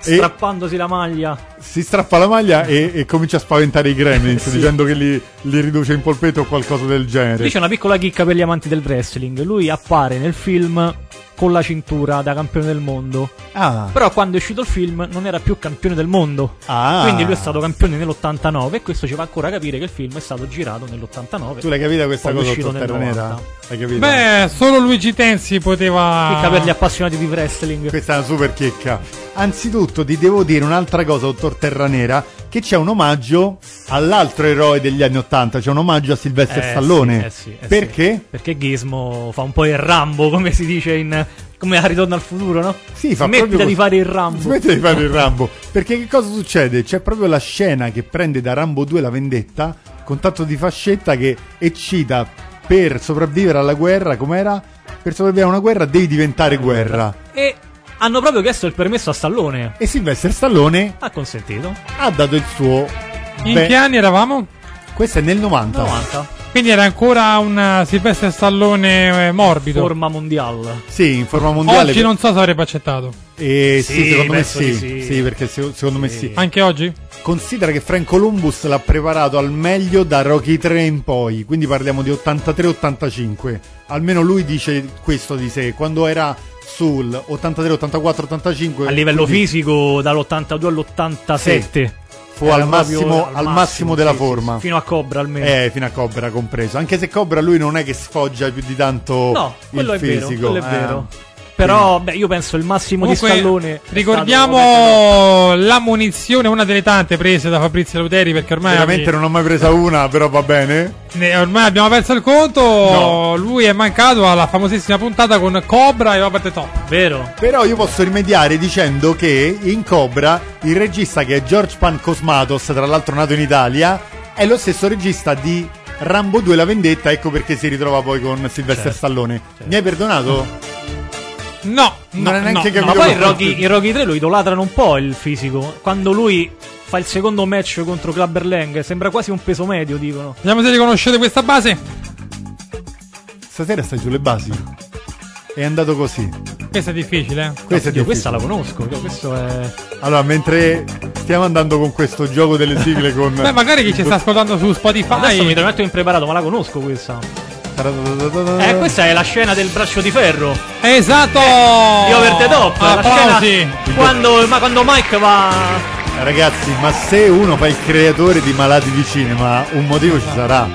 strappandosi la maglia. Si strappa la maglia e, e comincia a spaventare i [laughs] Gremlins dicendo che li, li riduce in polpetto o qualcosa del genere. Lì c'è una piccola chicca per gli amanti del wrestling. Lui appare nel film con la cintura da campione del mondo. Ah, Però quando è uscito il film non era più campione del mondo. Ah. Quindi lui è stato campione nell'89 e questo ci fa ancora capire che il film è stato girato nell'89. tu l'hai capita questa Poi è cosa, uscito dottor nel Terranera? 90. L'hai capita? Beh, solo Luigi Tensi poteva... Ah. Chicca per gli appassionati di wrestling. Questa è una super chicca. Anzitutto ti devo dire un'altra cosa, dottor Terranera, che c'è un omaggio all'altro eroe degli anni Ottanta, c'è un omaggio a Sylvester Eh, Stallone. sì, eh sì, eh sì. Perché? Perché Gizmo fa un po' il Rambo, come si dice in. come a Ritorno al futuro, no? Sì, fa Smettila proprio così. di fare il Rambo. Smettila di fare il Rambo. Perché che cosa succede? C'è proprio la scena che prende da Rambo 2 la vendetta, con tanto di fascetta che eccita per sopravvivere alla guerra, com'era? Per sopravvivere a una guerra devi diventare guerra. E hanno proprio chiesto il permesso a Stallone. E Sylvester Stallone Ha consentito. ha dato il suo... In Beh, che anni eravamo? questo è nel 90. 90. Quindi era ancora un Silvestre Stallone eh, morbido. Forma mondiale. Sì, in forma mondiale. Oggi non so se avrebbe accettato. Eh, sì, Sì, secondo me penso sì. di sì. sì. perché se- secondo me sì. Anche oggi? Considera che Frank Columbus l'ha preparato al meglio da Rocky 3 in poi, quindi parliamo di 83-85. Almeno lui dice questo di sé, quando era sul 83, 84, 85 A livello quindi fisico, dall'82 all'87. fu al era proprio massimo, al al massimo massimo, della sì, sì, forma. Fino a Cobra almeno. Eh, fino a Cobra compreso. Anche se Cobra lui non è che sfoggia più di tanto no, quello oh, il è vero. fisico. Quello è eh. vero. Però, beh, io penso il massimo Comunque, di Stallone. è stato- ricordiamo la munizione, una delle tante prese da Fabrizio Luteri, perché ormai, Veramente non ho mai presa una, però va bene. ne- ormai abbiamo perso il conto. No. Lui è mancato alla famosissima puntata con Cobra e Robert Top. Vero. Però io posso rimediare dicendo che in Cobra il regista che è George Pan Cosmatos, tra l'altro nato in Italia, è lo stesso regista di Rambo 2 La Vendetta, ecco perché si ritrova poi con Sylvester Certo, Stallone. Mi hai perdonato? No, Non no, è neanche no, capito Ma no. poi quello in che- Rocky, in Rocky 3 lo idolatrano un po' il fisico. Quando lui fa il secondo match contro Clubber Lang. Sembra quasi un peso medio, dicono. Vediamo se riconoscete questa base. Stasera stai sulle basi. È andato così. Questa è difficile, eh. Questo è Io difficile. questa la conosco. Io questo è. Allora, mentre stiamo andando con questo gioco delle sigle con... Beh, magari chi ci sta ascoltando su Adesso mi Spotify. permetto impreparato, ma la conosco questa. Eh, Eh, questa è la scena del braccio di ferro. Esatto! Di over the top. La Applausi! scena quando, ma quando Mike va. Ragazzi, ma se uno fa il creatore di Malati di Cinema, un motivo ci sarà.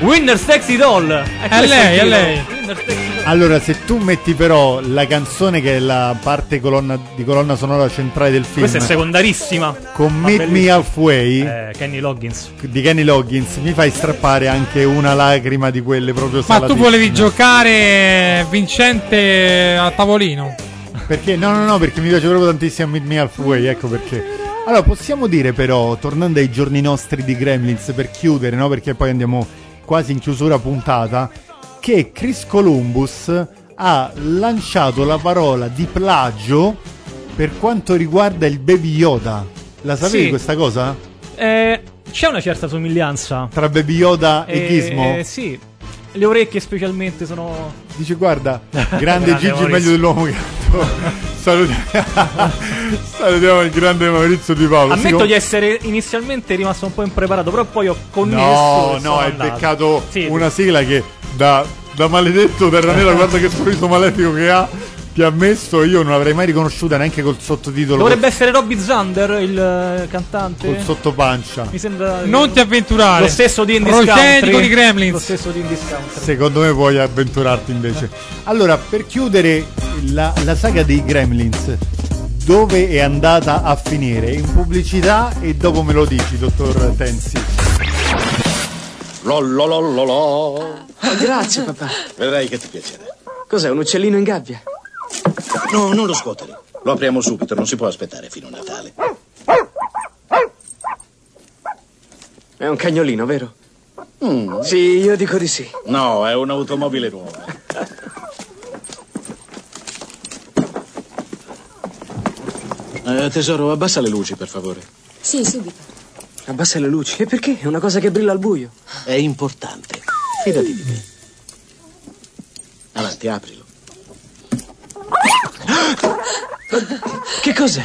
Winner Sexy Doll. È, questo il lei, è titolo. lei. Winner's Taxi Doll. Allora, se tu metti però la canzone che è la parte colonna- di colonna sonora centrale del film, Questa è secondarissima. con Ma Meet Me bellissima. Halfway Eh, Kenny Loggins. di Kenny Loggins, mi fai strappare anche una lacrima di quelle proprio Ma tu salatissime. volevi giocare eh, vincente a tavolino? Perché? No, no, no, perché mi piace proprio tantissimo Meet Me Halfway, ecco perché. Allora, possiamo dire però, tornando ai giorni nostri di Gremlins, per chiudere, no? Perché poi andiamo quasi in chiusura puntata, che Chris Columbus ha lanciato la parola di plagio per quanto riguarda il Baby Yoda. La sapevi Sì. questa cosa? Eh, c'è una certa somiglianza. Tra Baby Yoda e Gizmo? Eh, sì. Le orecchie specialmente sono. Dice [laughs] guarda, grande Grande Gigi Maurizio. meglio dell'uomo gatto. [laughs] Salutiamo, [laughs] salutiamo il grande Maurizio Di Paolo. Sì, Ammetto com- di essere inizialmente rimasto un po' impreparato, però poi ho connesso. No, e sono no, hai andato. beccato Sì, una sigla che da, da maledetto Terra [laughs] Nera, guarda che sorriso maledico che ha, ti ha messo, io non l'avrei mai riconosciuta neanche col sottotitolo, Dovrebbe essere Robby Zander il eh, cantante. col, col sottopancia. Mi sembra. Non ti avventurare. Lo stesso di Indies Procedi Country. con i Gremlins. Lo stesso di Indies Country. Secondo me puoi avventurarti invece. Allora, per chiudere la, la saga dei Gremlins, dove è andata a finire? In pubblicità e dopo me lo dici, dottor Tensi. Lololololo. Ah, Grazie, papà. Vedrai che ti piacerà. Cos'è, un uccellino in gabbia? No, non lo scuotere. Lo apriamo subito, non si può aspettare fino a Natale. È un cagnolino, vero? Mm. Sì, io dico di sì. No, è un'automobile nuova. Eh, tesoro, abbassa le luci, per favore. Sì, subito. Abbassa le luci. E Cioè, perché? È una cosa che brilla al buio. È importante. Fidati di me. Avanti, aprilo. Che cos'è?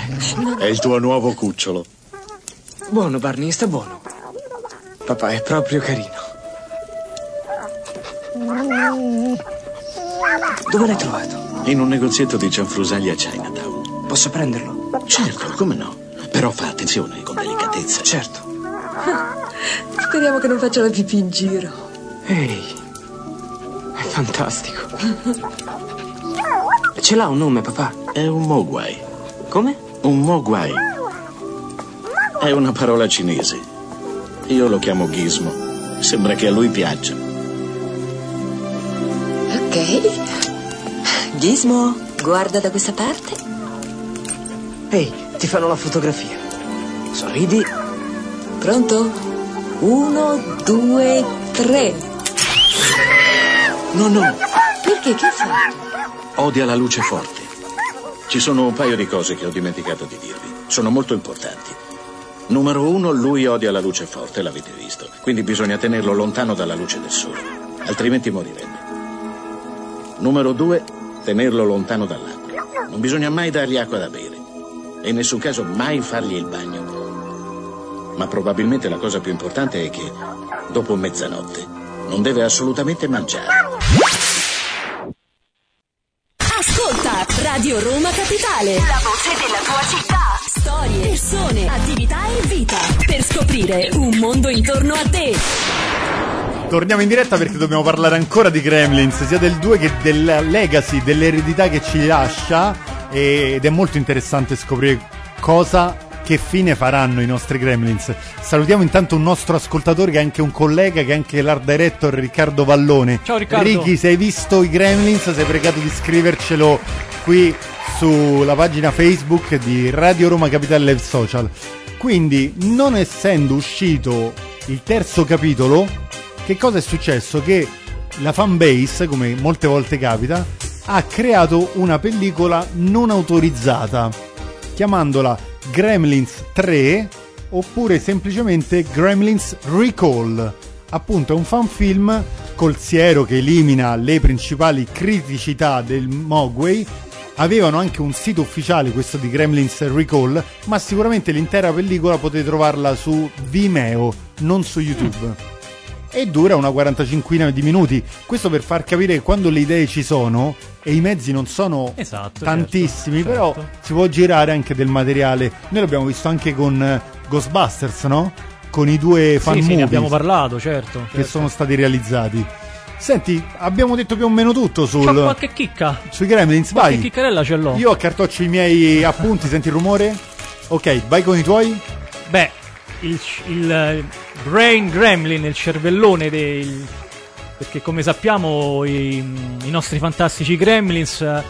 È il tuo nuovo cucciolo. Buono, Barney, sta buono. Papà è proprio carino. Dove l'hai trovato? In un negozietto di cianfrusaglia a Chinatown. Posso prenderlo? Certo, come no? Però fa attenzione, con delicatezza. Certo. [laughs] Speriamo che non faccia la pipì in giro. Ehi, è fantastico. Ce l'ha un nome, papà? È un mogwai. Come? Un mogwai. È una parola cinese. Io lo chiamo ghismo. Sembra che a lui piaccia. Ok. Gizmo, guarda da questa parte. Ehi, ti fanno la fotografia. Sorridi. Pronto? Uno, due, tre. No, no, Perché che fa? odia la luce forte. Ci sono un paio di cose che ho dimenticato di dirvi. Sono molto importanti. Numero uno, lui odia la luce forte, l'avete visto. Quindi bisogna tenerlo lontano dalla luce del sole, altrimenti morirebbe. Numero due, tenerlo lontano dall'acqua. Non bisogna mai dargli acqua da bere e in nessun caso mai fargli il bagno. Ma probabilmente la cosa più importante è che dopo mezzanotte non deve assolutamente mangiare. Ascolta Radio Roma Capitale. La voce della tua città. Storie, persone, attività e vita. Per scoprire un mondo intorno a te. Torniamo in diretta perché dobbiamo parlare ancora di Gremlins, sia del 2 che della legacy, dell'eredità che ci lascia e- ed è molto interessante scoprire cosa, che fine faranno i nostri Gremlins. Salutiamo intanto un nostro ascoltatore che è anche un collega, che è anche l'art director Riccardo Vallone. Ciao, Riccardo. Ricky, se hai visto i Gremlins sei pregato di scrivercelo qui sulla pagina Facebook di Radio Roma Capitale Live Social. Quindi, non essendo uscito il terzo capitolo, che cosa è successo? Che la fanbase, come molte volte capita, ha creato una pellicola non autorizzata, chiamandola Gremlins 3 oppure semplicemente Gremlins Recall. Appunto, è un fanfilm col siero che elimina le principali criticità del Mogwai. Avevano anche un sito ufficiale, questo di Gremlins Recall, ma sicuramente l'intera pellicola potete trovarla su Vimeo, non su YouTube e dura una 45 di minuti. Questo per far capire che quando le idee ci sono e i mezzi non sono Esatto, tantissimi, certo, però certo. si può girare anche del materiale. Noi l'abbiamo visto anche con eh, Ghostbusters, no? Con i due fan Sì, sì, movies ne abbiamo parlato, certo. che sono stati realizzati. Senti, abbiamo detto più o meno tutto C'ho sul, qualche chicca. sui Gremlins, Qualche vai. chiccarella ce l'ho. Io accartoccio i miei appunti, senti il rumore? Ok, vai con i tuoi. Beh, il, il, eh, Brain Gremlin, il cervellone del. Perché come sappiamo i, i nostri fantastici Gremlins eh,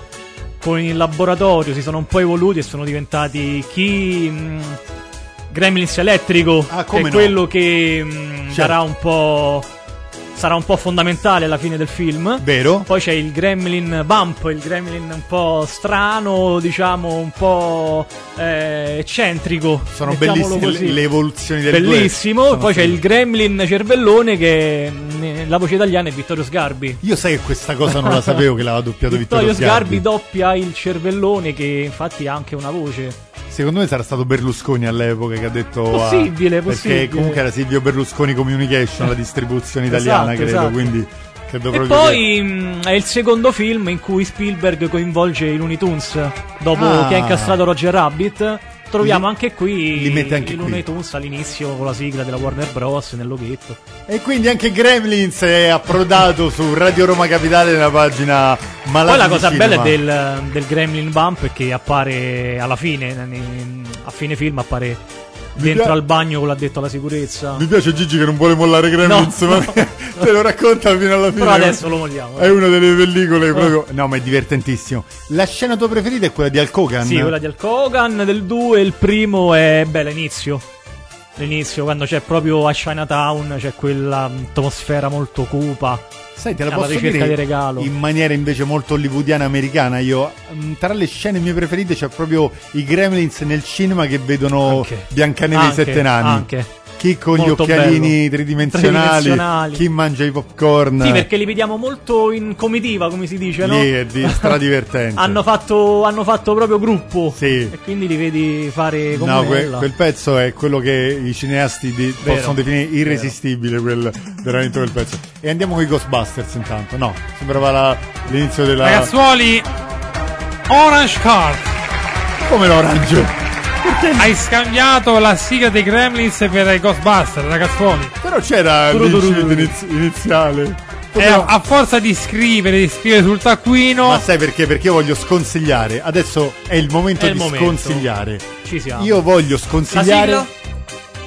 con il laboratorio si sono un po' evoluti e sono diventati chi. mm, Gremlins elettrico, Ah, che come è no. quello che mm, Certo. sarà un po'. sarà un po' fondamentale alla fine del film. Vero? Poi c'è il Gremlin Bump, il Gremlin un po' strano, diciamo un po' eh, eccentrico. Sono mettiamolo bellissime le, così. le evoluzioni del Bellissimo. Poi c'è il Gremlin Cervellone che mh, la voce italiana è Vittorio Sgarbi. Io sai che questa cosa non la sapevo che l'aveva doppiato Vittorio, Vittorio Sgarbi Sgarbi. doppia il Cervellone che infatti ha anche una voce. Secondo me sarà stato Berlusconi all'epoca che ha detto ah, Possibile, possibile. Perché comunque era Silvio Berlusconi Communication, la [laughs] distribuzione italiana, Esatto, credo, esatto. quindi credo E proprio che- poi mh, è il secondo film in cui Spielberg coinvolge i Looney Tunes dopo Ah. che ha incastrato Roger Rabbit. Troviamo Li- anche qui li mette anche i Looney qui. Tunes all'inizio con la sigla della Warner Bros. nel loghetto. E quindi anche Gremlins è approdato su Radio Roma Capitale nella pagina Malati Poi la cosa di bella Cinema. è del, del Gremlin Bump è che appare alla fine, nei- a fine film appare dentro piace- al bagno con l'addetto alla sicurezza. Mi piace Gigi che non vuole mollare Gremlins, No, ma no. [laughs] te lo racconta fino alla fine. Però adesso lo Eh. vogliamo. È una delle pellicole proprio. No, ma è divertentissimo. La scena tua preferita è quella di Al Kogan? Sì, quella di Hulk Hogan del 2, il primo è beh, l'inizio. L'inizio quando c'è proprio a Chinatown, c'è quella atmosfera molto cupa. Sai, te la Alla posso ricerca dire di regalo. in maniera invece molto hollywoodiana americana. Io mm, tra le scene mie preferite c'è proprio i Gremlins nel cinema che vedono Anche. Biancaneve e i Anche, sette nani. anche. Chi con Molto gli occhialini bello. tridimensionali, Tridimensionali. chi mangia i popcorn. Sì, perché li vediamo molto in comitiva, come si dice, no? Lì Eh. è [laughs] di- stradivertente. hanno, fatto, hanno fatto proprio gruppo. Sì. E quindi li vedi fare come Eh, No, que- quel pezzo è quello che i cineasti di- Vero. possono definire irresistibile, quel, veramente quel pezzo. E andiamo con i Ghostbusters intanto, no? Sembrava la- l'inizio della... Ragazzuoli, Orange [laughs] Card. Come l'orange! Hai scambiato la sigla dei Gremlins per i Ghostbusters, ragazzuoli. Però c'era Turururu. l'incipit iniziale. Eh, Eh, E Eh, a, a forza di scrivere, di scrivere sul taccuino, Ma sai perché? Perché io voglio sconsigliare. Adesso è il momento È il di momento. sconsigliare. Ci siamo. Io voglio La sconsigliare. sigla?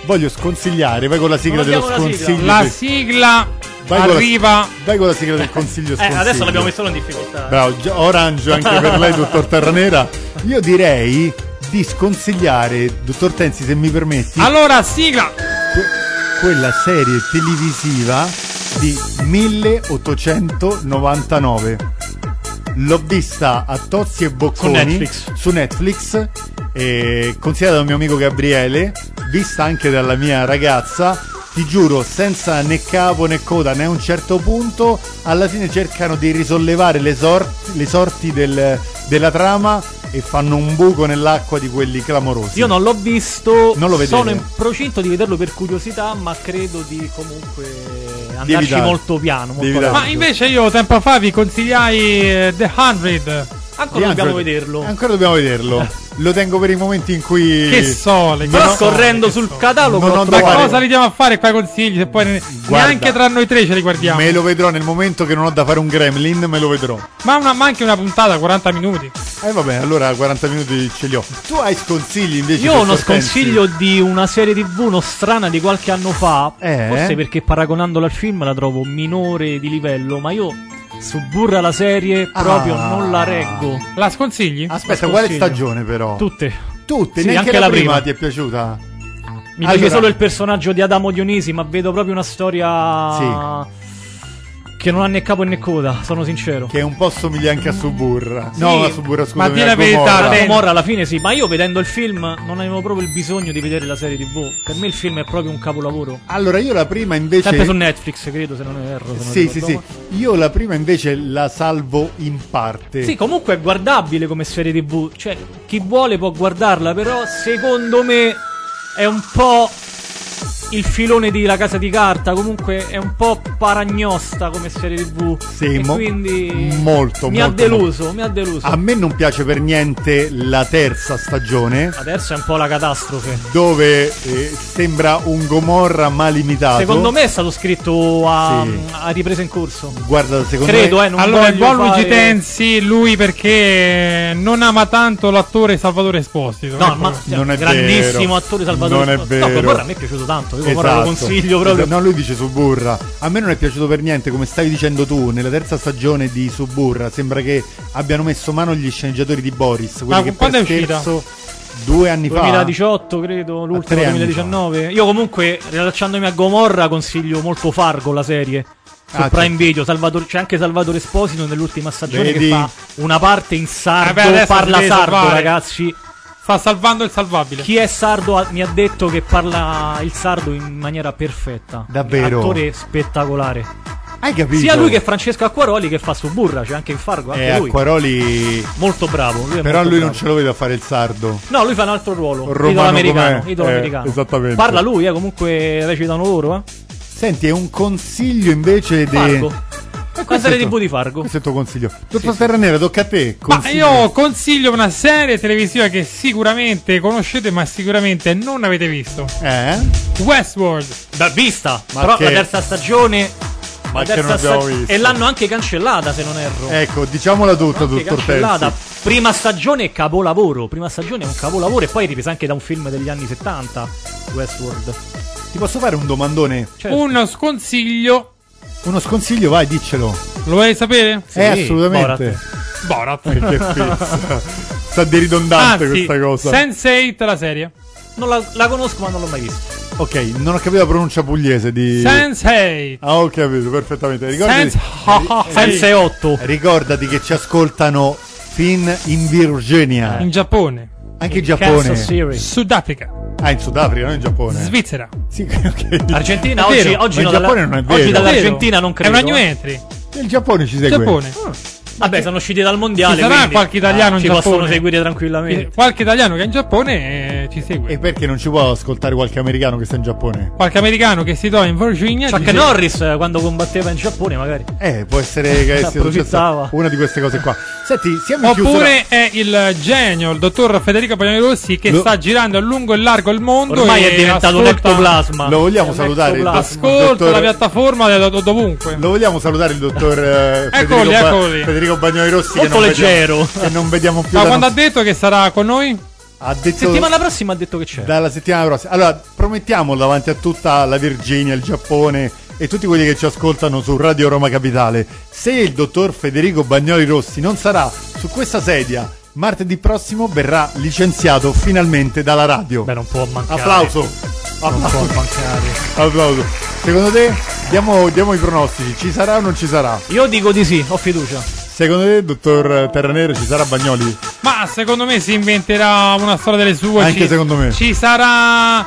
Voglio sconsigliare. Vai con la sigla Non dello abbiamo la sigla. sconsiglio. la del- sigla Vai con la- arriva. Vai con la sigla del consiglio [laughs] Eh, sconsiglio. adesso l'abbiamo messo in difficoltà. Bravo, gi- orange anche per lei, dottor Terranera. Io direi di sconsigliare, dottor Tensi, se mi permetti, Allora, sigla. que- quella serie televisiva di 1899. L'ho vista a Tozzi e Bocconi Netflix. su Netflix, eh, consigliata dal mio amico Gabriele, vista anche dalla mia ragazza. Ti giuro, senza né capo né coda, né a un certo punto, alla fine cercano di risollevare le, sor- le sorti del- della trama e fanno un buco nell'acqua di quelli clamorosi. Io non l'ho visto, Non lo vedete. sono in procinto di vederlo per curiosità, ma credo di comunque andarci evitare. molto piano. Devi Molto evitare. piano. Ma invece io tempo fa vi consigliai eh, The Hundred. Ancora dobbiamo vederlo. Ancora dobbiamo vederlo. Lo tengo per i momenti in cui. Che sole. Però che sole, scorrendo che sul sole. catalogo Non ho ho Ma da trovato- cosa li diamo a fare qua i consigli? Se poi ne- Guarda. neanche tra noi tre ce li guardiamo. Me lo vedrò nel momento che non ho da fare un gremlin, me lo vedrò. Ma, una, ma anche una puntata, 40 minuti. E eh, vabbè, allora 40 minuti ce li ho. Tu hai sconsigli invece? Io ho uno dottor Tenzi? sconsiglio di una serie tv non strana di qualche anno fa. Eh? Forse perché paragonandola al film la trovo minore di livello, ma io su Burra la serie proprio Ah. non la reggo. La sconsigli? Aspetta, Lo quale sconsiglio. stagione però? Tutte. Tutte, Sì, neanche anche la la prima. prima. ti è piaciuta? Mi Allora. piace solo il personaggio di Adamo Dionisi, ma vedo proprio una storia. Sì. Che non ha né capo né coda, sono sincero. Che un po' somiglia anche a Suburra. no, a Suburra, scusa. ma di la verità, Ah, Ben- Gomorra alla fine sì, ma io vedendo il film non avevo proprio il bisogno di vedere la serie TV. Per me il film è proprio un capolavoro. Allora, io la prima invece. Sempre su Netflix, credo, se non erro. se non Cioè, Sì, sì, ricordo sì. male. Io la prima invece la salvo in parte. Sì, comunque è guardabile come serie TV. Cioè, chi vuole può guardarla, però secondo me è un po' il filone di La Casa di Carta. Comunque è un po' paragnosta come serie TV. Sì, e mo- quindi molto, mi molto, ha deluso, mi ha deluso. A me non piace per niente la terza stagione, Adesso è un po' la catastrofe. Esatto. dove eh, sembra un Gomorra ma limitato. Secondo me è stato scritto a, Sì. a ripresa in corso. Guarda, secondo Credo, me. eh, non allora, il voglio buon Luigi fare- Tensi, lui perché non ama tanto l'attore Salvatore Esposito. No, ecco. ma cioè, Non è grandissimo vero. attore Salvatore. Non è Spo- vero. No, Gomorra a me è piaciuto tanto. Io Gomorra Esatto. lo consiglio proprio. No, lui dice Suburra. A me non è piaciuto per niente, come stavi dicendo tu, nella terza stagione di Suburra sembra che abbiano messo mano gli sceneggiatori di Boris. Quelli Ma che quando per è uscita? scherzo due anni fa. 2018 credo, l'ultimo tre anni diciamo. 2019. Io comunque, rilacciandomi a Gomorra, consiglio molto Fargo la serie. Su Ah, Prime certo. Video, Salvatore- c'è anche Salvatore Esposito nell'ultima stagione Vedi? che fa una parte in sardo, Vabbè, Eh adesso parla si deve sardo salvare. ragazzi. Sta salvando il salvabile. Chi è sardo ha- mi ha detto che parla il sardo in maniera perfetta. Davvero? Attore spettacolare. Hai capito? Sia lui che Francesco Acquaroli che fa su Burra, c'è anche in Fargo, anche Eh, lui. Acquaroli. Molto bravo. Lui è Però molto lui bravo. non ce lo vedo a fare il sardo. No, lui fa un altro ruolo. Romano idolo americano. com'è? idolo Eh, americano. esattamente. Parla lui, eh, comunque recitano loro, eh. Senti, è un consiglio invece di. Fargo. Una questo è serie il tuo- TV di Fargo. Questo è il tuo consiglio. Dottor Terra Nera, tocca a te. Ma Consiglio. io consiglio una serie televisiva che sicuramente conoscete, ma sicuramente non avete visto. Eh? Westworld. Da vista. Ma Però che- la terza stagione. Ma la che terza non abbiamo stag- visto. E l'hanno anche cancellata, se non erro. Ecco, diciamola tutta, Anche dottor cancellata. Terzi. Prima stagione è capolavoro. Prima stagione è un capolavoro. E poi ripresa anche da un film degli anni 70. Westworld. Ti posso fare un domandone? Certo. Un sconsiglio. Uno sconsiglio, vai, diccelo. Lo vuoi sapere? eh, assolutamente. Borat. Borat. [laughs] Eh, che pizza. Sta di ridondante Anzi, questa cosa. Sense8 la serie. Non la, la conosco, ma non l'ho mai vista. ok, non ho capito la pronuncia pugliese di. Sense8. ah, ho capito, perfettamente. Ricordati, [laughs] Sense Sense 8. ricordati che ci ascoltano fin in Virginia, In Giappone, anche Eh, in Kansas Giappone. City. Sudafrica, Ah, in Sudafrica, non in Eh. Giappone. Svizzera. sì, [laughs] ok. Argentina È oggi, vero. oggi Ma no, il Giappone dalla- non è vero. oggi Vero. dall'Argentina non credo. Ah, È una new eh. entry. Il Giappone ci segue. Giappone. Vabbè, sono usciti dal mondiale. Ci sarà quindi qualche italiano in ci possono Giappone. seguire Eh, tranquillamente. Qualche italiano che è in Giappone eh, ci segue. E perché non ci può ascoltare qualche americano che sta in Giappone? Qualche americano che si trova in Virginia. Chuck ci segue. Norris eh, quando combatteva in Giappone, magari. Eh, può essere che sia successa Approfittava. una di queste cose qua. Senti, siamo in chiusura. Oppure è il genio, il dottor Federico Pagnoni Rossi, che Lo- sta girando a lungo e largo il mondo. Ormai e è diventato un ascolta- ectoplasma. Lo vogliamo È un salutare, ectoplasma. il Ascolta Dottore- la piattaforma da- da- dovunque. Lo vogliamo salutare il dottor eh, Federico, Eccoli, Ba- eccoli. Federico Bagnoli Rossi. che Ecco, Molto non vediamo- leggero. che non vediamo più. Ma da quando ha non- detto che sarà con noi? ha detto Settimana prossima ha detto che c'è. dalla settimana prossima. Allora, promettiamo davanti a tutta la Virginia, il Giappone e tutti quelli che ci ascoltano su Radio Roma Capitale, se il dottor Federico Bagnoli Rossi non sarà su questa sedia martedì prossimo verrà licenziato finalmente dalla radio. Beh, non può mancare. Applauso. Non può Applauso. mancare. Applauso. Secondo te diamo, diamo i pronostici, ci sarà o non ci sarà? Io dico di sì, ho fiducia. Secondo te, dottor Terranero, ci sarà Bagnoli? Ma secondo me si inventerà una storia delle sue. Anche ci- secondo me. Ci sarà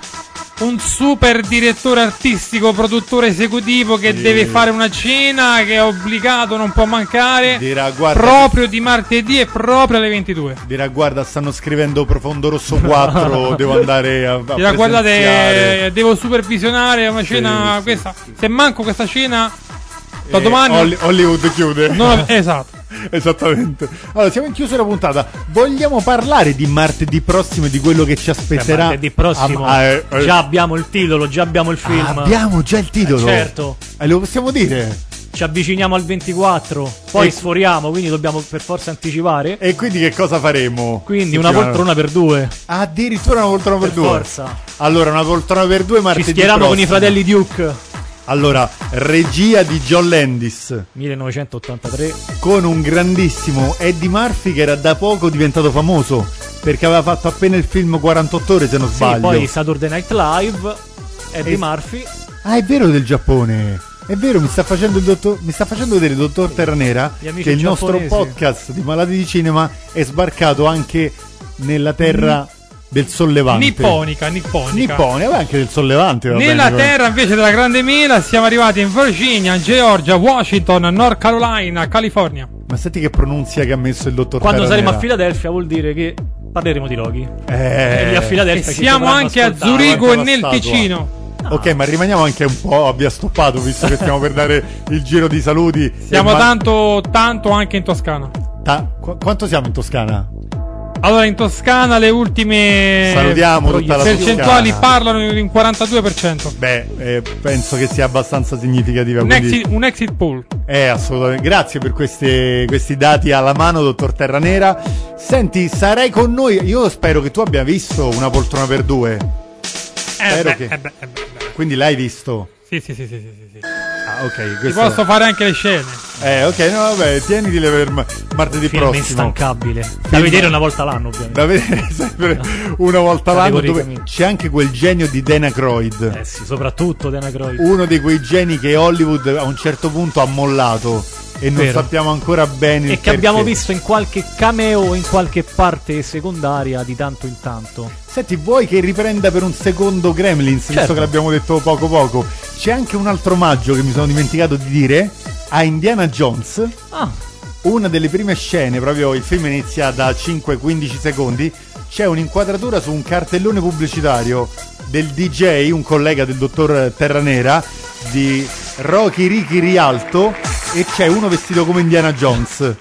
un super direttore artistico, produttore esecutivo che deve fare una cena che è obbligato, non può mancare. Dirà, "Guarda proprio di martedì e proprio alle 22. Dirà, guarda, stanno scrivendo Profondo Rosso [laughs] 4, devo andare a, a Dirà, presenziare." guardate, eh, devo supervisionare una cena. sì, questa. Se manco questa cena, da Eh, domani. Holly- Hollywood chiude. non- esatto. [laughs] Esattamente. Allora, siamo in chiusura puntata. Vogliamo parlare di martedì prossimo e di quello che ci aspetterà? Martedì prossimo. Ah, ma- eh, eh. Già abbiamo il titolo, già abbiamo il film. Ah, abbiamo già il titolo. Eh, certo. Eh, lo possiamo dire? Ci avviciniamo al 24. Poi E- sforiamo, quindi dobbiamo per forza anticipare. E quindi che cosa faremo? Quindi una Settimana- poltrona per due. Addirittura una poltrona per, Per due. forza. Allora, una poltrona per due Ci martedì schieriamo con i prossimo. fratelli Duke. Allora, regia di John Landis 1983. con un grandissimo Eddie Murphy che era da poco diventato famoso perché aveva fatto appena il film 48 ore se non Sì, sbaglio. poi Saturday Night Live, Eddie E- Murphy. Ah, è vero del Giappone. È vero, mi sta facendo, il dottor, mi sta facendo vedere il dottor Terranera Gli amici che il nostro giapponesi. podcast di Malati di Cinema è sbarcato anche nella terra Mm. del sollevante. Nipponica, nipponica. Nippone, vabbè, anche del sollevante. va Nella bene, come- terra invece della grande mela siamo arrivati in Virginia, Georgia, Washington, North Carolina, California. Ma senti che pronunzia che ha messo il dottor Quando saremo a Terranera. Filadelfia vuol dire che parleremo di Loghi. Eh. E lì a E Filadelfia ci siamo dovranno anche a ascoltare. Zurigo e guarda la nel statua. Ticino. Ok, ma rimaniamo anche un po' abbia stoppato visto che stiamo per dare il giro di saluti. Siamo E ma- tanto, tanto anche in Toscana. ta- qu- quanto siamo in Toscana? Allora, in Toscana le ultime Salutiamo tutta la percentuali Toscana. parlano di un 42%. Beh, eh, penso che sia abbastanza significativa. Un Quindi... exit, un exit poll. Eh, assolutamente. Grazie per queste- questi dati alla mano, dottor Terranera. Senti, sarai con noi. Io spero che tu abbia visto una poltrona per due. Eh Spero beh, che- eh beh, eh beh, eh beh. Quindi l'hai visto. Sì, sì, sì, sì, sì, sì, sì. Ah, ok. Ti Questo... posso fare anche le scene. Eh, ok, no, vabbè, tieniti per ma- martedì Film prossimo. instancabile. Da vedere una volta l'anno, ovviamente. Da vedere [laughs] sempre una volta l'anno dove Categoricamente. c'è anche quel genio di Dana Croyd. Eh sì, soprattutto Dana Croix. uno di quei geni che Hollywood a un certo punto ha mollato e non Vero. sappiamo ancora bene il e che abbiamo perché. visto in qualche cameo o in qualche parte secondaria di tanto in tanto. Senti, vuoi che riprenda per un secondo Gremlins, visto Certo. che l'abbiamo detto poco poco? C'è anche un altro omaggio che mi sono dimenticato di dire a Indiana Jones. Ah, Una delle prime scene, proprio il film inizia da 5-15 secondi, c'è un'inquadratura su un cartellone pubblicitario del DJ, un collega del dottor Terranera, di Rocky Ricky Rialto e c'è uno vestito come Indiana Jones.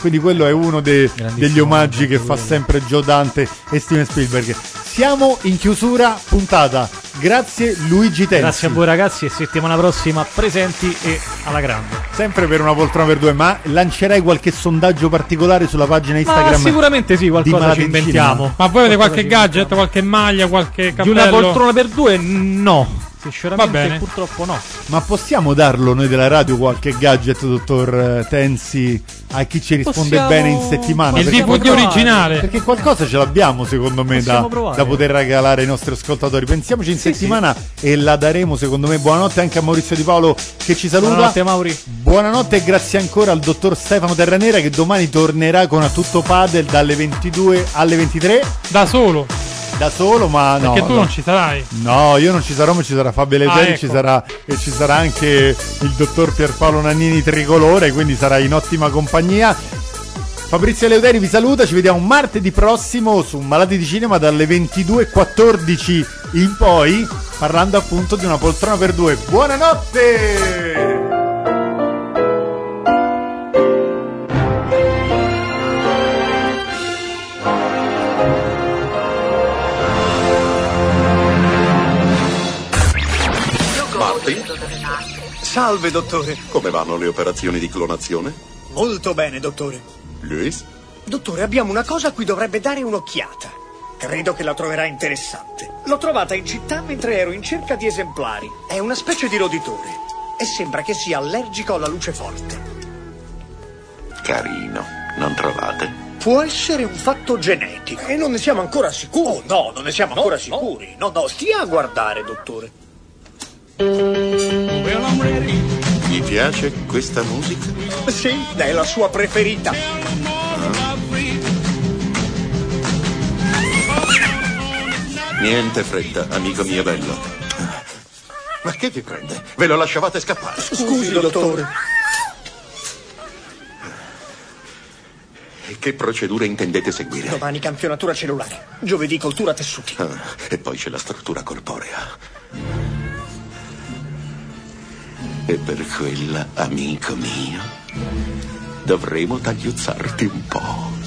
Quindi quello è uno de- Grandissimo, degli omaggi che fa grande. sempre Joe Dante e Steven Spielberg. Siamo in chiusura puntata. Grazie Luigi Tenzi. grazie a voi ragazzi e settimana prossima presenti e alla grande. Sempre per una poltrona per due, ma lancerai qualche sondaggio particolare sulla pagina Instagram? Ma sicuramente sì, qualcosa Malati ci in Cinema. inventiamo. Ma voi Qualcosa avete qualche ci gadget, qualche maglia, qualche Di cappello? una poltrona per due? No. Sinceramente, Va bene. purtroppo no. Ma possiamo darlo noi della radio qualche gadget, dottor eh, Tensi, a chi ci risponde Possiamo- bene in settimana? Il Possiamo DVD provare. originale. Perché qualcosa ce l'abbiamo secondo me da, Possiamo provare. da poter regalare ai nostri ascoltatori. Pensiamoci in settimana e la daremo secondo me. Buonanotte anche a Maurizio Di Paolo che ci saluta. Buonanotte Mauri. Buonanotte e grazie ancora al dottor Stefano Terranera che domani tornerà con a tutto padel dalle 22 alle 23 Da solo. da solo, ma no. Perché tu no. non ci sarai. No, io non ci sarò, ma ci sarà Fabio Leggeri, ecco. ci sarà, e ci sarà anche il dottor Pierpaolo Nannini Tricolore, quindi sarà in ottima compagnia. Fabrizio Leuteri vi saluta, ci vediamo martedì prossimo su Malati di Cinema dalle 22.14 in poi, parlando appunto di una poltrona per due. Buonanotte! Martin, Salve, dottore. come vanno le operazioni di clonazione? Molto bene, dottore. Luis? Dottore, abbiamo una cosa a cui dovrebbe dare un'occhiata. Credo che la troverà interessante. L'ho trovata in città mentre ero in cerca di esemplari. È una specie di roditore e sembra che sia allergico alla luce forte. Carino, non trovate? Può essere un fatto genetico. E non ne siamo ancora sicuri. Oh, no, non ne siamo ancora sicuri. No, no, stia a guardare, dottore. Gli piace questa musica? Sì, è la sua preferita. Niente fretta, amico mio bello. Ma che vi prende? Ve lo lasciavate scappare? Scusi, dottore. E che procedure intendete seguire? Domani campionatura cellulare. Giovedì coltura tessuti. Ah, e poi c'è la struttura corporea. E per quella, amico mio, dovremo tagliuzzarti un po'.